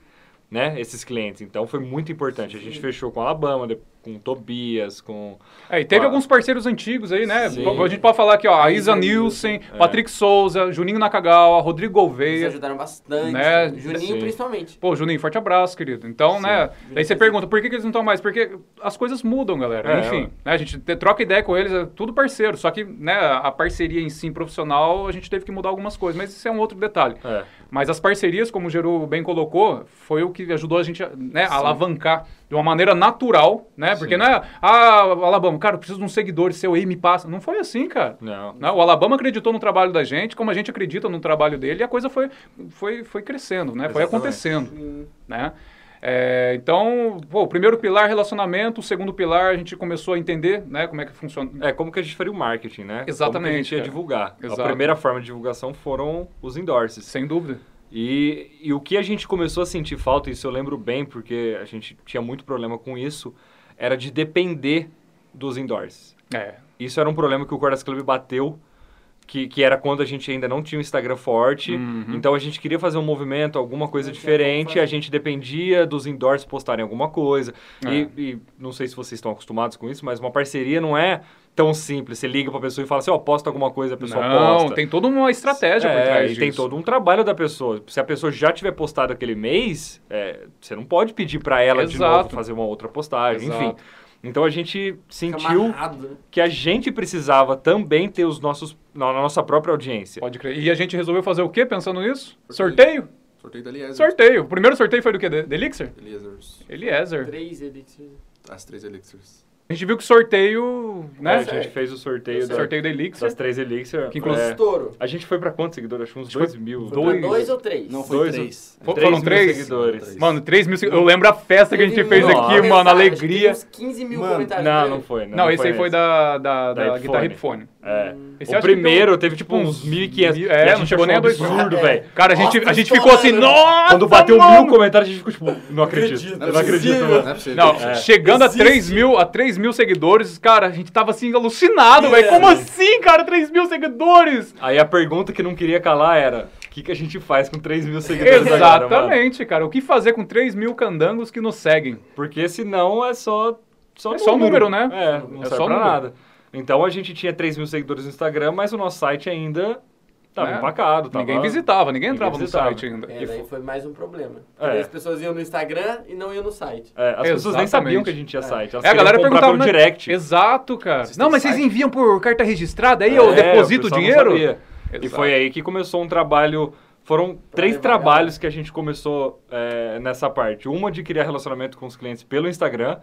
Speaker 5: né, esses clientes. Então foi muito importante. A gente fechou com Alabama, de- com Tobias, com.
Speaker 3: É, e teve
Speaker 5: Ah.
Speaker 3: alguns parceiros antigos aí, né?
Speaker 5: Sim. é.
Speaker 3: A gente pode falar aqui, ó, a Isa Nielsen, Patrick Souza, Juninho Nakagawa, Rodrigo
Speaker 6: Eles
Speaker 3: Gouveia.
Speaker 6: ajudaram bastante.
Speaker 3: Né?
Speaker 6: Juninho,
Speaker 5: Sim.
Speaker 6: principalmente.
Speaker 3: Pô, Juninho, forte abraço, querido. Então, né? Daí você pergunta, por que, que eles não estão mais? Porque as coisas mudam, galera.
Speaker 5: É,
Speaker 3: Enfim,
Speaker 5: ué.
Speaker 3: né, a gente te- troca ideia com eles, é tudo parceiro. Só que, né, a parceria em si profissional, a gente teve que mudar algumas coisas. Mas isso é um outro detalhe.
Speaker 5: É,
Speaker 3: Mas as parcerias, como o Geru bem colocou, foi o que ajudou a gente a, né, a alavancar de uma maneira natural, né? Porque
Speaker 5: Sim.
Speaker 3: não é, ah, Alabama, cara, eu preciso de um seguidor seu aí, me passa. Não foi assim, cara.
Speaker 5: não.
Speaker 3: Né, O Alabama acreditou no trabalho da gente, como a gente acredita no trabalho dele, e a coisa foi, foi, foi crescendo, né? Foi
Speaker 5: Exatamente.
Speaker 3: acontecendo, né? É, então, pô, o primeiro pilar, relacionamento. O segundo pilar, a gente começou a entender, né? Como é que funciona.
Speaker 5: É como que a gente faria o marketing, né? Como que a
Speaker 3: Exatamente,
Speaker 5: gente ia
Speaker 3: cara.
Speaker 5: divulgar.
Speaker 3: Exato.
Speaker 5: A primeira forma de divulgação foram os endorses.
Speaker 3: Sem dúvida.
Speaker 5: E, e o que a gente começou a sentir falta, isso eu lembro bem, porque a gente tinha muito problema com isso, era de depender dos endorses.
Speaker 3: É,
Speaker 5: Isso era um problema que o Cordas Club bateu, que, que era quando a gente ainda não tinha um Instagram
Speaker 3: Uhum.
Speaker 5: forte. Então a gente queria fazer um movimento, alguma coisa
Speaker 6: Não tinha como
Speaker 5: diferente.
Speaker 6: fazer.
Speaker 5: A gente dependia dos endorses postarem alguma coisa.
Speaker 3: É.
Speaker 5: E, e não sei se vocês estão acostumados com isso, mas uma parceria não é tão simples. Você liga pra pessoa e fala assim, ó, posta alguma coisa, a pessoa
Speaker 3: Não,
Speaker 5: posta.
Speaker 3: tem toda uma estratégia por
Speaker 5: É,
Speaker 3: trás
Speaker 5: e
Speaker 3: disso.
Speaker 5: tem todo um trabalho da pessoa. Se a pessoa já tiver postado aquele mês, é, você não pode pedir pra ela de
Speaker 3: Exato.
Speaker 5: novo fazer uma outra postagem,
Speaker 3: Exato.
Speaker 5: enfim. Então a gente
Speaker 6: Fica
Speaker 5: sentiu
Speaker 6: amarrado, né?
Speaker 5: que a gente precisava também ter os nossos na na nossa própria audiência.
Speaker 3: Pode crer. E a gente resolveu fazer o quê pensando nisso? Sorteio?
Speaker 4: Sorteio da Eliezer.
Speaker 3: Sorteio. O primeiro sorteio foi do quê? De de Elixir?
Speaker 4: Eliezers.
Speaker 3: Eliezer.
Speaker 6: Três elixirs.
Speaker 4: As três Elixirs.
Speaker 3: A gente viu que sorteio, né?
Speaker 5: né? a gente fez o sorteio da-
Speaker 3: sorteio da Elixir.
Speaker 5: das três Elixir.
Speaker 3: Que inclusive-
Speaker 5: é,
Speaker 6: Estouro.
Speaker 5: a gente foi pra quantos seguidores? Acho que uns
Speaker 3: foi
Speaker 5: dois mil.
Speaker 6: Foi pra
Speaker 3: dois-
Speaker 6: dois ou três?
Speaker 4: Não, foi
Speaker 5: Dois-
Speaker 4: três.
Speaker 3: Fo-
Speaker 5: Três
Speaker 3: Foram
Speaker 5: mil
Speaker 3: três?
Speaker 5: seguidores.
Speaker 4: Três.
Speaker 3: Mano, 3 mil... Eu lembro a festa que a gente
Speaker 6: Teve
Speaker 3: fez
Speaker 6: mil
Speaker 3: aqui,
Speaker 5: Nossa.
Speaker 3: mano. a
Speaker 6: comentários,
Speaker 3: Alegria.
Speaker 6: Tem uns 15 mil
Speaker 4: Mano,
Speaker 6: comentários.
Speaker 5: Não,
Speaker 6: dele.
Speaker 5: não foi.
Speaker 3: Não, esse aí foi da, da,
Speaker 5: Da
Speaker 3: da
Speaker 5: iPhone.
Speaker 3: guitarra Headphone.
Speaker 5: É.
Speaker 3: Esse eu
Speaker 5: o
Speaker 3: acho que
Speaker 5: primeiro
Speaker 3: deu-
Speaker 5: teve tipo uns
Speaker 3: É,
Speaker 5: 1.500. e a
Speaker 3: não
Speaker 5: gente
Speaker 3: chegou
Speaker 5: achou
Speaker 3: nem a
Speaker 5: um
Speaker 3: dois mil.
Speaker 6: É.
Speaker 5: absurdo, velho.
Speaker 3: Cara, a gente,
Speaker 6: Nossa,
Speaker 3: a gente ficou assim,
Speaker 6: estourando.
Speaker 3: nossa,
Speaker 5: Quando bateu
Speaker 3: mano!
Speaker 5: mil comentários, a gente ficou tipo, não acredito. Não acredito,
Speaker 4: Não
Speaker 5: mano.
Speaker 4: é possível.
Speaker 3: Não,
Speaker 5: É.
Speaker 3: chegando a 3 mil, a 3 mil seguidores, cara, a gente tava assim, alucinado,
Speaker 5: é.
Speaker 3: velho. Como assim, cara? 3 mil seguidores?
Speaker 5: Aí a pergunta que não queria calar era: o que, que a gente faz com 3 mil seguidores agora, mano?
Speaker 3: Exatamente, cara. O que fazer com 3 mil candangos que nos seguem?
Speaker 5: Porque senão é só. Só
Speaker 3: É só número, né?
Speaker 5: É, não
Speaker 3: É
Speaker 5: serve
Speaker 3: só
Speaker 5: pra
Speaker 3: número.
Speaker 5: nada. Então a gente tinha 3 mil seguidores no Instagram, mas o nosso site ainda tava
Speaker 3: Né?
Speaker 5: empacado. Tava...
Speaker 3: Ninguém visitava, ninguém entrava
Speaker 5: Tá
Speaker 3: no
Speaker 5: visitava.
Speaker 3: site ainda.
Speaker 6: É,
Speaker 3: E
Speaker 6: daí
Speaker 3: fo-
Speaker 6: foi mais um problema. Porque
Speaker 5: É.
Speaker 6: daí As pessoas iam no Instagram e não iam no site.
Speaker 5: É, as pessoas nem
Speaker 3: Exatamente.
Speaker 5: sabiam que a gente tinha site. Elas
Speaker 3: É, a
Speaker 5: queriam
Speaker 3: galera
Speaker 5: comprar
Speaker 3: perguntava
Speaker 5: pelo
Speaker 3: né?
Speaker 5: direct.
Speaker 3: Exato, cara.
Speaker 4: Vocês
Speaker 3: não,
Speaker 4: têm
Speaker 3: mas vocês
Speaker 4: site?
Speaker 3: enviam por carta registrada aí,
Speaker 5: É,
Speaker 3: eu
Speaker 5: o
Speaker 3: deposito o
Speaker 5: pessoal não
Speaker 3: dinheiro?
Speaker 5: sabia. E
Speaker 3: Exato.
Speaker 5: foi aí que começou um trabalho. Foram três
Speaker 6: devagar.
Speaker 5: trabalhos que a gente começou é, nessa parte. Uma de criar relacionamento com os clientes pelo Instagram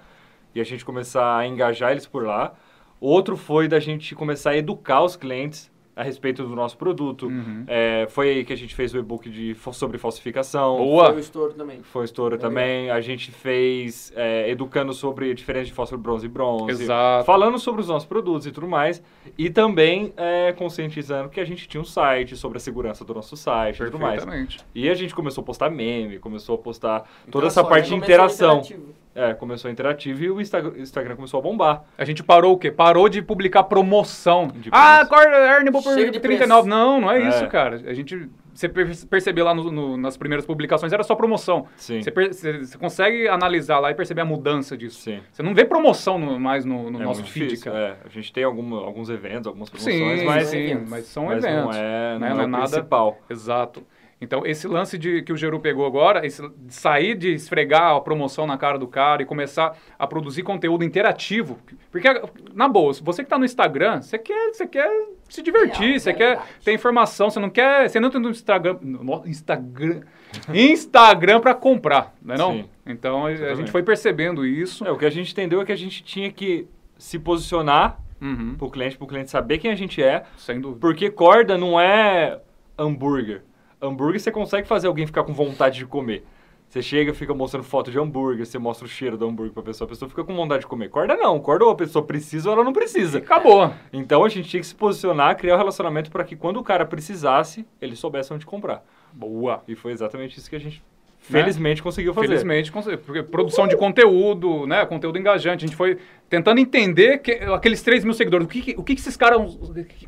Speaker 5: e a gente começar a engajar eles por lá. Outro foi da gente começar a educar os clientes a respeito do nosso produto.
Speaker 3: Uhum.
Speaker 5: É, foi aí que a gente fez o e-book de, fa- sobre falsificação.
Speaker 6: Foi o
Speaker 3: Boa.
Speaker 6: estouro também.
Speaker 5: Foi um estouro também. A gente fez é, educando sobre a diferença de fósforo, bronze e bronze.
Speaker 3: Exato.
Speaker 5: Falando sobre os nossos produtos e tudo mais. E também é, conscientizando que a gente tinha um site, sobre a segurança do nosso site e tudo mais.
Speaker 3: Perfeitamente.
Speaker 5: E a gente começou a postar meme, começou a postar toda
Speaker 3: Então,
Speaker 6: Então,
Speaker 4: Interação, né?
Speaker 5: essa parte de
Speaker 6: Começou
Speaker 5: interação.
Speaker 6: interativo.
Speaker 5: É, começou interativo e o Instagram, Instagram começou a bombar.
Speaker 3: A gente parou o quê? Parou de publicar promoção.
Speaker 5: De
Speaker 3: ah,
Speaker 5: promoção.
Speaker 3: acorda, Ernible por
Speaker 6: Chega de
Speaker 3: 39.
Speaker 6: preço.
Speaker 3: Não, não é,
Speaker 5: É.
Speaker 3: isso, cara. A gente. Você per- percebeu lá no- no- nas primeiras publicações, era só promoção.
Speaker 5: Sim.
Speaker 3: Você, per- você- você consegue analisar lá e perceber a mudança disso.
Speaker 5: Sim.
Speaker 3: Você não vê promoção no- mais no, no
Speaker 5: É
Speaker 3: nosso
Speaker 5: muito
Speaker 3: feed,
Speaker 5: difícil,
Speaker 3: cara.
Speaker 5: é. a gente tem alguma- alguns eventos, algumas promoções,
Speaker 3: Sim,
Speaker 5: mas,
Speaker 3: sim,
Speaker 6: eventos.
Speaker 3: mas são
Speaker 5: mas
Speaker 3: eventos.
Speaker 5: não
Speaker 3: né?
Speaker 5: é, não
Speaker 3: Não é
Speaker 5: é o
Speaker 3: nada-
Speaker 5: principal.
Speaker 3: Exato. Então, esse lance de, que o Geru pegou agora, esse de sair de esfregar a promoção na cara do cara e começar a produzir conteúdo interativo. Porque, na boa, se você que está no Instagram, você quer, você quer se divertir,
Speaker 6: Real,
Speaker 3: você quer
Speaker 6: verdade.
Speaker 3: ter informação, você não quer. Você não entra no Instagram. no Instagram. Instagram para comprar, não é não?
Speaker 5: Sim.
Speaker 3: Então, a gente
Speaker 5: Exatamente.
Speaker 3: foi percebendo isso.
Speaker 5: É, o que a gente entendeu é que a gente tinha que se posicionar
Speaker 3: Uhum,
Speaker 5: pro cliente, pro cliente saber quem a gente é,
Speaker 3: sem dúvida.
Speaker 5: porque corda não é hambúrguer. Hambúrguer você consegue fazer alguém ficar com vontade de comer. Você chega, fica mostrando foto de hambúrguer, você mostra o cheiro do hambúrguer pra pessoa, a pessoa fica com vontade de comer. Corda não, corda ou a pessoa precisa ou ela não precisa.
Speaker 3: Acabou.
Speaker 5: Então a gente tinha que se posicionar, criar um relacionamento para que quando o cara precisasse, ele soubesse onde comprar.
Speaker 3: Boa.
Speaker 5: E foi exatamente isso que a gente,
Speaker 3: Né?
Speaker 5: felizmente, conseguiu fazer.
Speaker 3: Felizmente, cons- porque produção de conteúdo, né? Conteúdo engajante. A gente foi tentando entender que- aqueles 3 mil seguidores. O que, que- o que, que esses caras.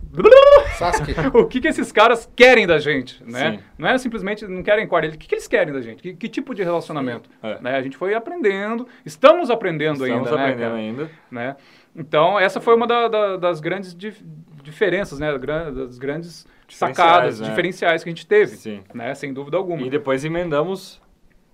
Speaker 4: Sasuke.
Speaker 3: O que, que esses caras querem da gente, né?
Speaker 5: Sim.
Speaker 3: Não é simplesmente não querem quarta. O que, que eles querem da gente? Que, que tipo de relacionamento?
Speaker 5: É.
Speaker 3: Né? A gente foi aprendendo, estamos aprendendo
Speaker 5: Estamos
Speaker 3: ainda, né,
Speaker 5: aprendendo
Speaker 3: cara?
Speaker 5: ainda.
Speaker 3: né? Então, essa foi uma da- da- das grandes dif- diferenças, né? Gran- Das grandes
Speaker 5: Diferenciais,
Speaker 3: sacadas,
Speaker 5: né?
Speaker 3: diferenciais que a gente teve,
Speaker 5: Sim.
Speaker 3: né? Sem dúvida alguma.
Speaker 5: E depois emendamos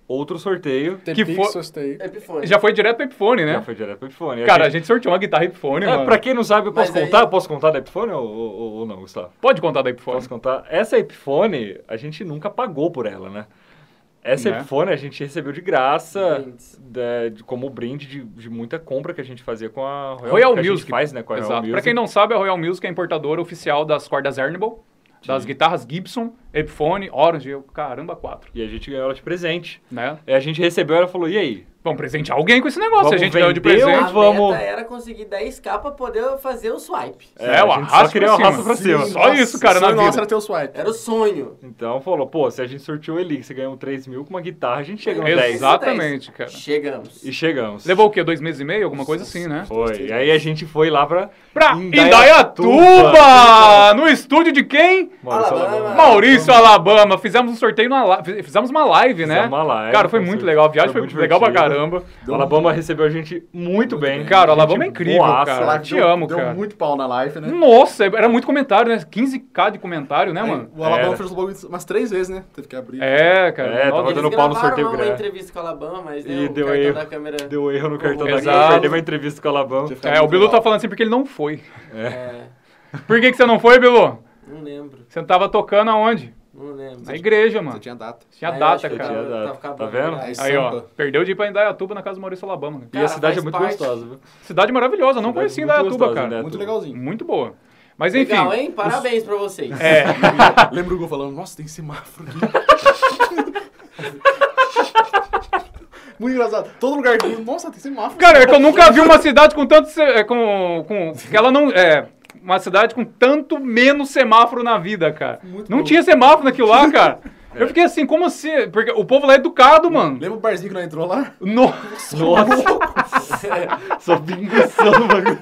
Speaker 5: outro sorteio.
Speaker 4: Tem
Speaker 3: Que
Speaker 4: que
Speaker 3: for-
Speaker 4: sorteio.
Speaker 6: Epifone.
Speaker 3: Já foi direto pro Epiphone, né?
Speaker 5: Já foi direto pro iPhone.
Speaker 3: Cara, a gente sorteou uma guitarra Epiphone,
Speaker 5: É,
Speaker 3: mano.
Speaker 5: pra quem não sabe, eu posso
Speaker 6: Mas aí-
Speaker 5: contar? Eu posso contar da Epiphone ou, ou- ou não, Gustavo?
Speaker 3: Pode contar da Epiphone.
Speaker 5: Posso contar? Essa Epiphone, a gente nunca pagou por ela, né? Essa
Speaker 3: Né?
Speaker 5: Epiphone a gente recebeu de graça,
Speaker 6: Brindes.
Speaker 5: da- de- como um brinde de, de muita compra que a gente fazia com a Royal,
Speaker 3: Royal
Speaker 5: que a gente
Speaker 3: Music.
Speaker 5: faz, né? Com a Royal
Speaker 3: Exato.
Speaker 5: Music.
Speaker 3: Pra quem não sabe, a Royal Music é a importadora oficial das cordas Ernibal, das guitarras Gibson, Epiphone, Orange, eu- caramba, quatro,
Speaker 5: E a gente ganhou ela de presente.
Speaker 3: né?
Speaker 5: E a gente recebeu ela e falou, e aí?
Speaker 3: Vamos presentear alguém com esse negócio,
Speaker 5: Vamos
Speaker 3: a gente ganhou de
Speaker 5: vender
Speaker 3: presente.
Speaker 5: uma-
Speaker 6: A
Speaker 5: vamos-
Speaker 6: meta era conseguir 10k pra poder fazer o swipe.
Speaker 3: É, o
Speaker 5: a gente
Speaker 3: arrasto
Speaker 5: só queria
Speaker 3: pra
Speaker 5: o arrasto
Speaker 3: cima.
Speaker 5: pra cima.
Speaker 3: assim, Só isso, cara, na
Speaker 4: Nossa,
Speaker 3: vida.
Speaker 4: nossa era teu swipe.
Speaker 6: Era o sonho.
Speaker 5: Então falou, pô, se a gente sortiu o Elixir, você ganhou 3 mil com uma guitarra, a gente chega no 10.
Speaker 3: Exato. Exatamente, cara.
Speaker 6: Chegamos.
Speaker 5: E chegamos.
Speaker 3: Levou o quê? Dois meses e meio? Alguma coisa assim, né?
Speaker 5: Foi. E aí a gente foi lá pra...
Speaker 3: Pra
Speaker 5: Indaiatuba.
Speaker 3: Indaiatuba! No estúdio de quem?
Speaker 5: Maurício
Speaker 6: Alabama.
Speaker 5: Alabama.
Speaker 3: Maurício Alabama. Fizemos um sorteio, na la- fizemos uma live, né?
Speaker 5: Fizemos uma live,
Speaker 3: Cara, foi
Speaker 5: com
Speaker 3: muito
Speaker 5: certeza.
Speaker 3: legal. A viagem
Speaker 5: é, Foi
Speaker 3: foi,
Speaker 5: muito
Speaker 3: legal pra
Speaker 5: divertido.
Speaker 3: caramba.
Speaker 5: O Alabama recebeu a gente muito, bem.
Speaker 3: Cara, o
Speaker 5: um Gente
Speaker 3: Alabama é incrível,
Speaker 5: boaça.
Speaker 3: cara.
Speaker 4: Ela
Speaker 3: eu te amo,
Speaker 4: deu
Speaker 3: cara.
Speaker 4: Deu muito pau na live, né?
Speaker 3: Nossa, era muito comentário, né? 15k de comentário, né,
Speaker 4: Aí,
Speaker 3: mano?
Speaker 4: O Alabama
Speaker 5: É.
Speaker 4: fez o logo umas três vezes, né? Teve que abrir.
Speaker 3: É, cara.
Speaker 5: É,
Speaker 3: Nossa,
Speaker 5: tava
Speaker 6: Eles
Speaker 5: dando pau no
Speaker 6: gravaram
Speaker 5: sorteio
Speaker 6: uma
Speaker 5: grande.
Speaker 6: entrevista com a Alabama, mas
Speaker 5: E
Speaker 6: deu,
Speaker 5: deu
Speaker 6: o cartão
Speaker 5: erro.
Speaker 6: da câmera.
Speaker 5: Deu erro no cartão da
Speaker 6: Exato.
Speaker 5: gente, perdeu uma entrevista com o Alabama.
Speaker 4: Tinha ficado
Speaker 3: É, o
Speaker 4: muito
Speaker 3: Bilu
Speaker 4: legal.
Speaker 3: tá falando assim porque ele não foi.
Speaker 6: É,
Speaker 3: Por que, que você não foi, Bilu?
Speaker 6: não lembro,
Speaker 3: Você tava tocando aonde?
Speaker 6: não lembro.
Speaker 3: Na igreja, mano.
Speaker 4: Você tinha data.
Speaker 3: Tinha
Speaker 6: Ah, eu acho
Speaker 3: data,
Speaker 6: que
Speaker 5: Tinha
Speaker 3: cara.
Speaker 6: tava-
Speaker 5: dado.
Speaker 6: tava acabando,
Speaker 5: Tá vendo?
Speaker 6: verdade.
Speaker 3: Aí, ó.
Speaker 4: Sampa.
Speaker 3: Perdeu de ir pra Indaiatuba na casa do Maurício Alabama, cara.
Speaker 5: E a
Speaker 6: Cara,
Speaker 5: cidade é
Speaker 6: faz
Speaker 5: muito
Speaker 6: parte.
Speaker 5: gostosa, viu?
Speaker 3: Cidade maravilhosa, não conheci
Speaker 5: muito
Speaker 3: Indaiatuba,
Speaker 5: gostosa,
Speaker 3: cara.
Speaker 5: Indaiatuba.
Speaker 4: Muito legalzinho.
Speaker 3: Muito boa. Mas enfim.
Speaker 6: Legal, hein? Parabéns pra vocês.
Speaker 3: É,
Speaker 4: Lembra o Gol falando, nossa, tem semáforo aqui. Muito engraçado. Todo lugar que nossa, tem semáforo.
Speaker 3: cara, é que eu nunca vi uma cidade com tanto. se- é, Com, com, que ela não. É. Uma cidade com tanto menos semáforo na vida, cara.
Speaker 4: Muito
Speaker 3: não
Speaker 4: bom.
Speaker 3: tinha semáforo naquilo lá, cara. Eu fiquei assim, como assim? Porque o povo lá é educado, mano.
Speaker 4: Lembra o barzinho que nós entrou lá?
Speaker 3: Nossa.
Speaker 5: Nossa, só vingação do bagulho.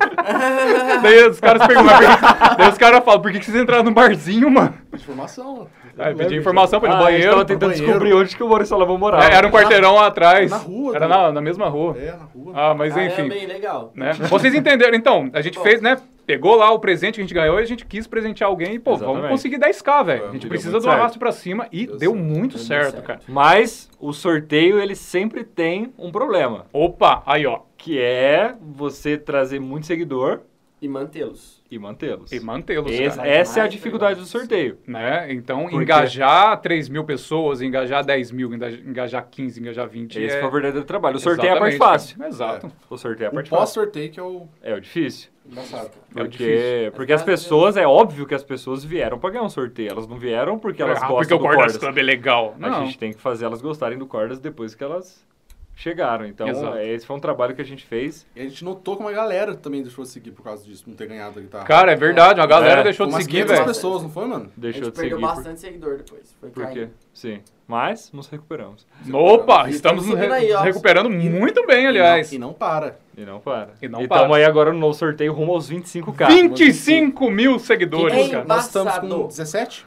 Speaker 3: Daí os caras perguntam. mas por- Daí os caras falam, por que que vocês entraram no barzinho, mano?
Speaker 4: Informação.
Speaker 3: Aí pedi informação pra ir
Speaker 5: Ah,
Speaker 3: no
Speaker 5: a gente
Speaker 3: banheiro.
Speaker 5: tava tentando
Speaker 4: banheiro.
Speaker 5: descobrir onde que o Maurício Alabama morava.
Speaker 3: É, era um quarteirão atrás.
Speaker 4: na rua,
Speaker 3: Era
Speaker 4: tá?
Speaker 3: na, na mesma rua.
Speaker 4: É, na rua.
Speaker 3: Ah, mas
Speaker 6: Caramba,
Speaker 3: enfim.
Speaker 6: hein? Legal.
Speaker 3: né? Vocês entenderam, então, a gente
Speaker 6: Bom.
Speaker 3: fez, né? Pegou lá o presente que a gente ganhou e a gente quis presentear alguém e, pô, vamos
Speaker 5: Exatamente.
Speaker 3: conseguir 10k, velho. A gente
Speaker 5: deu
Speaker 3: precisa
Speaker 5: muito
Speaker 3: do
Speaker 5: certo.
Speaker 3: arrasto pra cima e deu, muito certo,
Speaker 6: certo.
Speaker 3: cara.
Speaker 5: Mas o sorteio, ele sempre tem um problema.
Speaker 3: Opa, aí ó.
Speaker 5: Que é você trazer muito seguidor
Speaker 6: E mantê-los.
Speaker 5: e mantê-los.
Speaker 3: E mantê-los,
Speaker 5: Esse-
Speaker 3: cara.
Speaker 5: essa é a
Speaker 6: Mais
Speaker 5: dificuldade do sorteio.
Speaker 3: Né? Então,
Speaker 5: é. Por quê?
Speaker 3: engajar 3 mil pessoas, engajar 10 mil, engajar- engajar 15, engajar 20.
Speaker 5: Esse
Speaker 3: é...
Speaker 5: foi o verdadeiro trabalho. O sorteio é a parte
Speaker 3: Exatamente,
Speaker 5: fácil.
Speaker 3: cara. Exato.
Speaker 5: O sorteio é a
Speaker 4: O
Speaker 5: parte fácil.
Speaker 4: pós-sorteio que é o
Speaker 5: É o difícil.
Speaker 4: embaçado.
Speaker 3: É o
Speaker 5: Porque,
Speaker 3: difícil.
Speaker 5: porque as pessoas, é óbvio que as pessoas vieram pra ganhar um sorteio. Elas não vieram porque elas
Speaker 3: ah,
Speaker 5: gostam
Speaker 3: porque o
Speaker 5: do
Speaker 3: Cordas
Speaker 5: Cordas.
Speaker 3: Club é legal.
Speaker 5: A
Speaker 3: Não.
Speaker 5: gente tem que fazer elas gostarem do Cordas depois que elas chegaram. Então,
Speaker 3: Exato.
Speaker 5: esse foi um trabalho que a gente fez.
Speaker 4: E a gente notou como a galera também deixou de seguir por causa disso, não ter ganhado tá? a guitarra.
Speaker 3: Cara, é verdade, uma galera
Speaker 5: É,
Speaker 3: deixou
Speaker 4: Foi
Speaker 3: de
Speaker 4: umas
Speaker 3: seguir,
Speaker 4: 500
Speaker 3: velho.
Speaker 4: pessoas, não foi, mano?
Speaker 6: a
Speaker 5: Deixou
Speaker 6: gente
Speaker 5: de seguir.
Speaker 6: perdeu
Speaker 5: Por,
Speaker 6: bastante seguidor depois. Foi
Speaker 5: por quê?
Speaker 6: caindo.
Speaker 5: Sim. Mas nos recuperamos.
Speaker 3: Opa,
Speaker 6: E
Speaker 3: estamos
Speaker 6: estamos
Speaker 3: re-
Speaker 6: indo aí, ó.
Speaker 3: recuperando muito bem, aliás.
Speaker 4: E não, e não para.
Speaker 5: E não para.
Speaker 3: E não
Speaker 5: e
Speaker 3: para.
Speaker 5: tamo aí agora no novo sorteio rumo aos 25k.
Speaker 3: 25 mil seguidores,
Speaker 6: Ei,
Speaker 3: cara.
Speaker 4: Nós estamos
Speaker 6: Embaçado.
Speaker 4: com 17?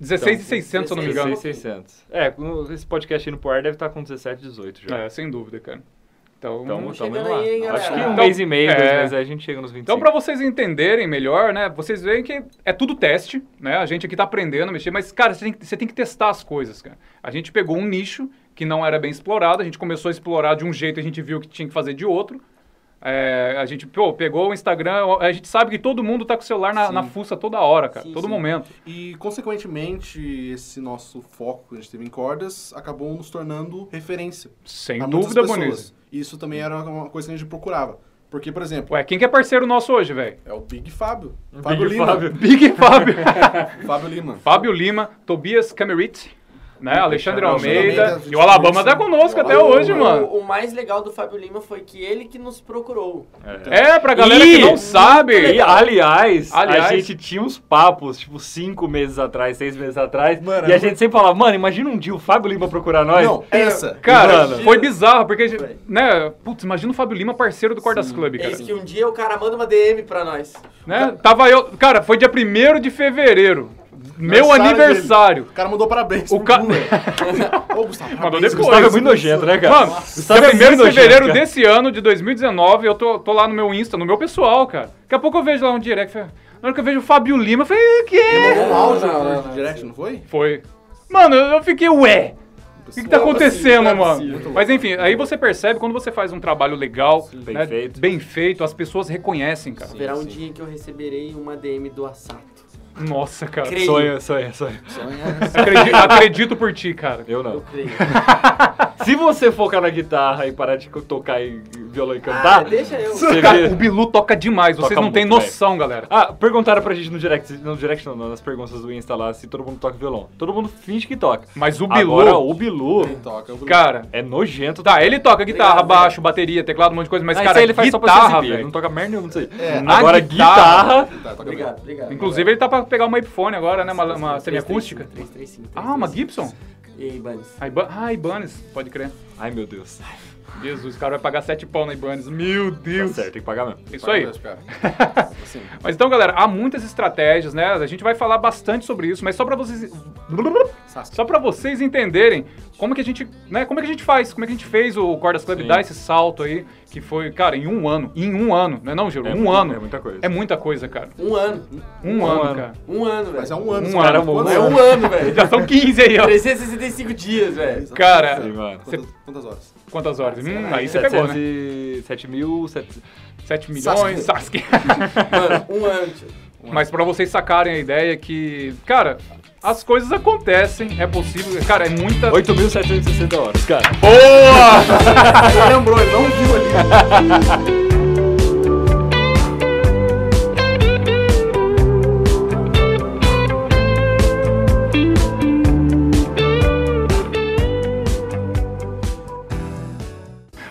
Speaker 3: 16,600, se eu não me engano.
Speaker 5: 16,600. É, com- esse podcast aí no Power deve estar com 17, 18 já.
Speaker 3: É, sem dúvida, cara. Então,
Speaker 5: Então,
Speaker 3: então,
Speaker 5: tamo
Speaker 6: chegando
Speaker 5: indo lá.
Speaker 6: aí, hein,
Speaker 5: Acho que
Speaker 6: galera.
Speaker 5: um
Speaker 3: Então,
Speaker 5: mês e meio, dois
Speaker 3: é.
Speaker 5: meses aí a gente chega nos 25.
Speaker 3: pra vocês entenderem melhor, né? Vocês veem que é tudo teste, né? A gente aqui tá aprendendo a mexer, mas, cara, você tem, que- você tem que testar as coisas, cara. A gente pegou um nicho que não era bem explorado, a gente começou a explorar de um jeito, a gente viu que tinha que fazer de outro. É, a gente pô, pegou o Instagram, a gente sabe que todo mundo tá com o celular na, na fuça toda hora, cara,
Speaker 6: Sim,
Speaker 3: todo
Speaker 6: sim.
Speaker 3: momento.
Speaker 4: E, consequentemente, esse nosso foco que a gente teve em cordas acabou nos tornando referência.
Speaker 3: Sem
Speaker 4: pra Tá muitas
Speaker 3: dúvida,
Speaker 4: pessoas.
Speaker 3: Bonis.
Speaker 4: Isso também era uma coisa que a gente procurava. Porque, por exemplo,
Speaker 3: Ué, quem que é parceiro nosso hoje, velho?
Speaker 4: é o Big Fábio.
Speaker 3: Um
Speaker 5: Big
Speaker 4: Fábio Lima.
Speaker 5: Fábio.
Speaker 3: Big Fábio.
Speaker 4: Fábio Lima.
Speaker 3: Fábio Lima, Tobias Camerit, né? Alexandre Almeida.
Speaker 4: Almeida,
Speaker 3: E o Alabama tá
Speaker 4: gente,
Speaker 3: conosco até
Speaker 6: O-
Speaker 3: hoje,
Speaker 6: o-
Speaker 3: mano.
Speaker 6: O mais legal do Fábio Lima foi que ele que nos procurou.
Speaker 3: É, pra galera
Speaker 5: Ih!
Speaker 3: que não sabe.
Speaker 5: E, aliás,
Speaker 3: Aliás.
Speaker 5: a gente tinha uns papos, tipo, cinco meses atrás, seis meses atrás.
Speaker 4: Mano,
Speaker 5: e
Speaker 4: é
Speaker 5: a gente sempre falava, mano, imagina um dia o Fábio Lima procurar nós.
Speaker 4: Não, pensa.
Speaker 3: Cara,
Speaker 5: Mano.
Speaker 3: foi bizarro, porque, a gente- né, putz, imagina o Fábio Lima parceiro do Cordas Club,
Speaker 6: É
Speaker 3: cara.
Speaker 6: isso que um dia o cara manda uma DM pra nós.
Speaker 3: Né? Tava eu, cara, foi dia 1 de fevereiro, meu
Speaker 4: Aniversário dele.
Speaker 3: aniversário.
Speaker 4: O cara mandou parabéns.
Speaker 3: O
Speaker 4: pro
Speaker 3: ca-
Speaker 4: Guga. Ô, Gustavo,
Speaker 3: Mandou
Speaker 4: parabéns,
Speaker 3: depois.
Speaker 5: Gustavo é
Speaker 3: Pois,
Speaker 5: muito nojento, né, cara?
Speaker 3: Mano,
Speaker 5: Gustavo
Speaker 3: dia 1 de
Speaker 5: muito
Speaker 3: fevereiro
Speaker 5: nojento, cara.
Speaker 3: desse ano, de 2019, eu tô, tô lá no meu Insta, no meu pessoal, cara. Daqui a pouco eu vejo lá um direct, falei, na hora que eu vejo o Fábio Lima, eu falei, "Ih, que é?
Speaker 4: Mandou um áudio
Speaker 6: Não, não,
Speaker 4: no
Speaker 6: não.
Speaker 4: direct, não foi?
Speaker 3: Foi. Mano, eu eu fiquei, ué, o que, que tá
Speaker 4: Pessoal,
Speaker 3: acontecendo,
Speaker 6: possível, não é
Speaker 3: mano?
Speaker 6: possível.
Speaker 3: Mas enfim, aí você percebe quando você faz um trabalho legal,
Speaker 5: bem
Speaker 3: né,
Speaker 5: feito.
Speaker 3: bem feito, as pessoas reconhecem, cara.
Speaker 6: Haverá um dia em que eu receberei uma DM do Assato.
Speaker 3: Nossa, cara.
Speaker 6: Creio.
Speaker 5: Sonho, sonho, sonho.
Speaker 3: Acredito, acredito por ti, cara.
Speaker 5: Eu
Speaker 6: Eu
Speaker 5: não.
Speaker 6: creio.
Speaker 5: Se você focar na guitarra e parar de tocar e violão e cantar,
Speaker 6: Ah, deixa eu.
Speaker 5: você
Speaker 3: Cara, o
Speaker 5: vê...
Speaker 3: Bilu toca demais, vocês
Speaker 5: Toca
Speaker 3: não têm
Speaker 5: muito,
Speaker 3: noção, galera.
Speaker 5: Ah, perguntaram pra gente no direct, no direct não, nas perguntas do Insta lá, se todo mundo toca violão. Todo mundo finge que toca.
Speaker 3: Mas o Bilu,
Speaker 5: Agora, o Então. Bilu,
Speaker 4: Toca. eu-
Speaker 3: cara.
Speaker 5: é nojento. é
Speaker 3: Tá, ele toca guitarra,
Speaker 6: Obrigado,
Speaker 3: baixo, bateria, teclado, um monte de coisa, mas,
Speaker 5: Mas
Speaker 3: cara,
Speaker 5: Ah, ele faz
Speaker 3: guitarra,
Speaker 5: só pra se exibir,
Speaker 3: velho.
Speaker 5: não toca merda nenhuma disso aí.
Speaker 4: É.
Speaker 3: guitarra-
Speaker 5: Agora, Ah, guitarra...
Speaker 4: Tá, toca bem.
Speaker 6: Obrigado, obrigado.
Speaker 3: Inclusive, ele tá pra pegar uma Epiphone agora, né? Uma, uma semiacústica.
Speaker 6: 335, 335.
Speaker 3: Ah, uma Gibson?
Speaker 6: E aí, Banes?
Speaker 3: A Iban ah, Ibanez, pode crer.
Speaker 5: Ai, meu Deus. Tá
Speaker 3: Jesus, o cara vai pagar sete pau na Ibanez. Meu Deus.
Speaker 5: certo, tem que pagar mesmo.
Speaker 3: Isso aí.
Speaker 4: Parabéns, cara. Assim,
Speaker 3: Mas então, galera, há muitas estratégias, né? A gente vai falar bastante sobre isso, mas só pra vocês
Speaker 4: Saskia.
Speaker 3: só para vocês entenderem como que a gente, né, como é que a gente faz, como é que a gente fez o Cordas Club
Speaker 5: Sim.
Speaker 3: dar esse salto aí, que foi, cara, em um ano, em um ano, não é não, Giro?
Speaker 5: É
Speaker 3: um
Speaker 5: muito-
Speaker 3: ano.
Speaker 5: é muita coisa.
Speaker 3: É muita coisa, cara.
Speaker 6: Um ano.
Speaker 3: Um,
Speaker 5: Um
Speaker 3: ano,
Speaker 5: ano.
Speaker 3: cara.
Speaker 6: Um ano, velho.
Speaker 4: Mas é um ano.
Speaker 3: Um
Speaker 4: só, né?
Speaker 5: ano,
Speaker 4: Quantos
Speaker 5: um
Speaker 6: É
Speaker 4: anos?
Speaker 6: um ano, velho.
Speaker 3: Já são 15 aí, ó.
Speaker 6: 365 dias, velho.
Speaker 3: Cara,
Speaker 5: Sim, mano.
Speaker 4: Quantas, quantas horas?
Speaker 3: Quantas horas? Hum, aí você
Speaker 5: 700
Speaker 3: pegou, né?
Speaker 5: e- 7 mil, 7...
Speaker 3: 7 milhões, Sasuke.
Speaker 6: Mano, um ano, tio.
Speaker 3: Mas pra vocês sacarem a ideia que, cara, as coisas acontecem, é possível, cara, é muita...
Speaker 5: 8.760 horas, cara.
Speaker 4: Ele lembrou, ele não viu ali.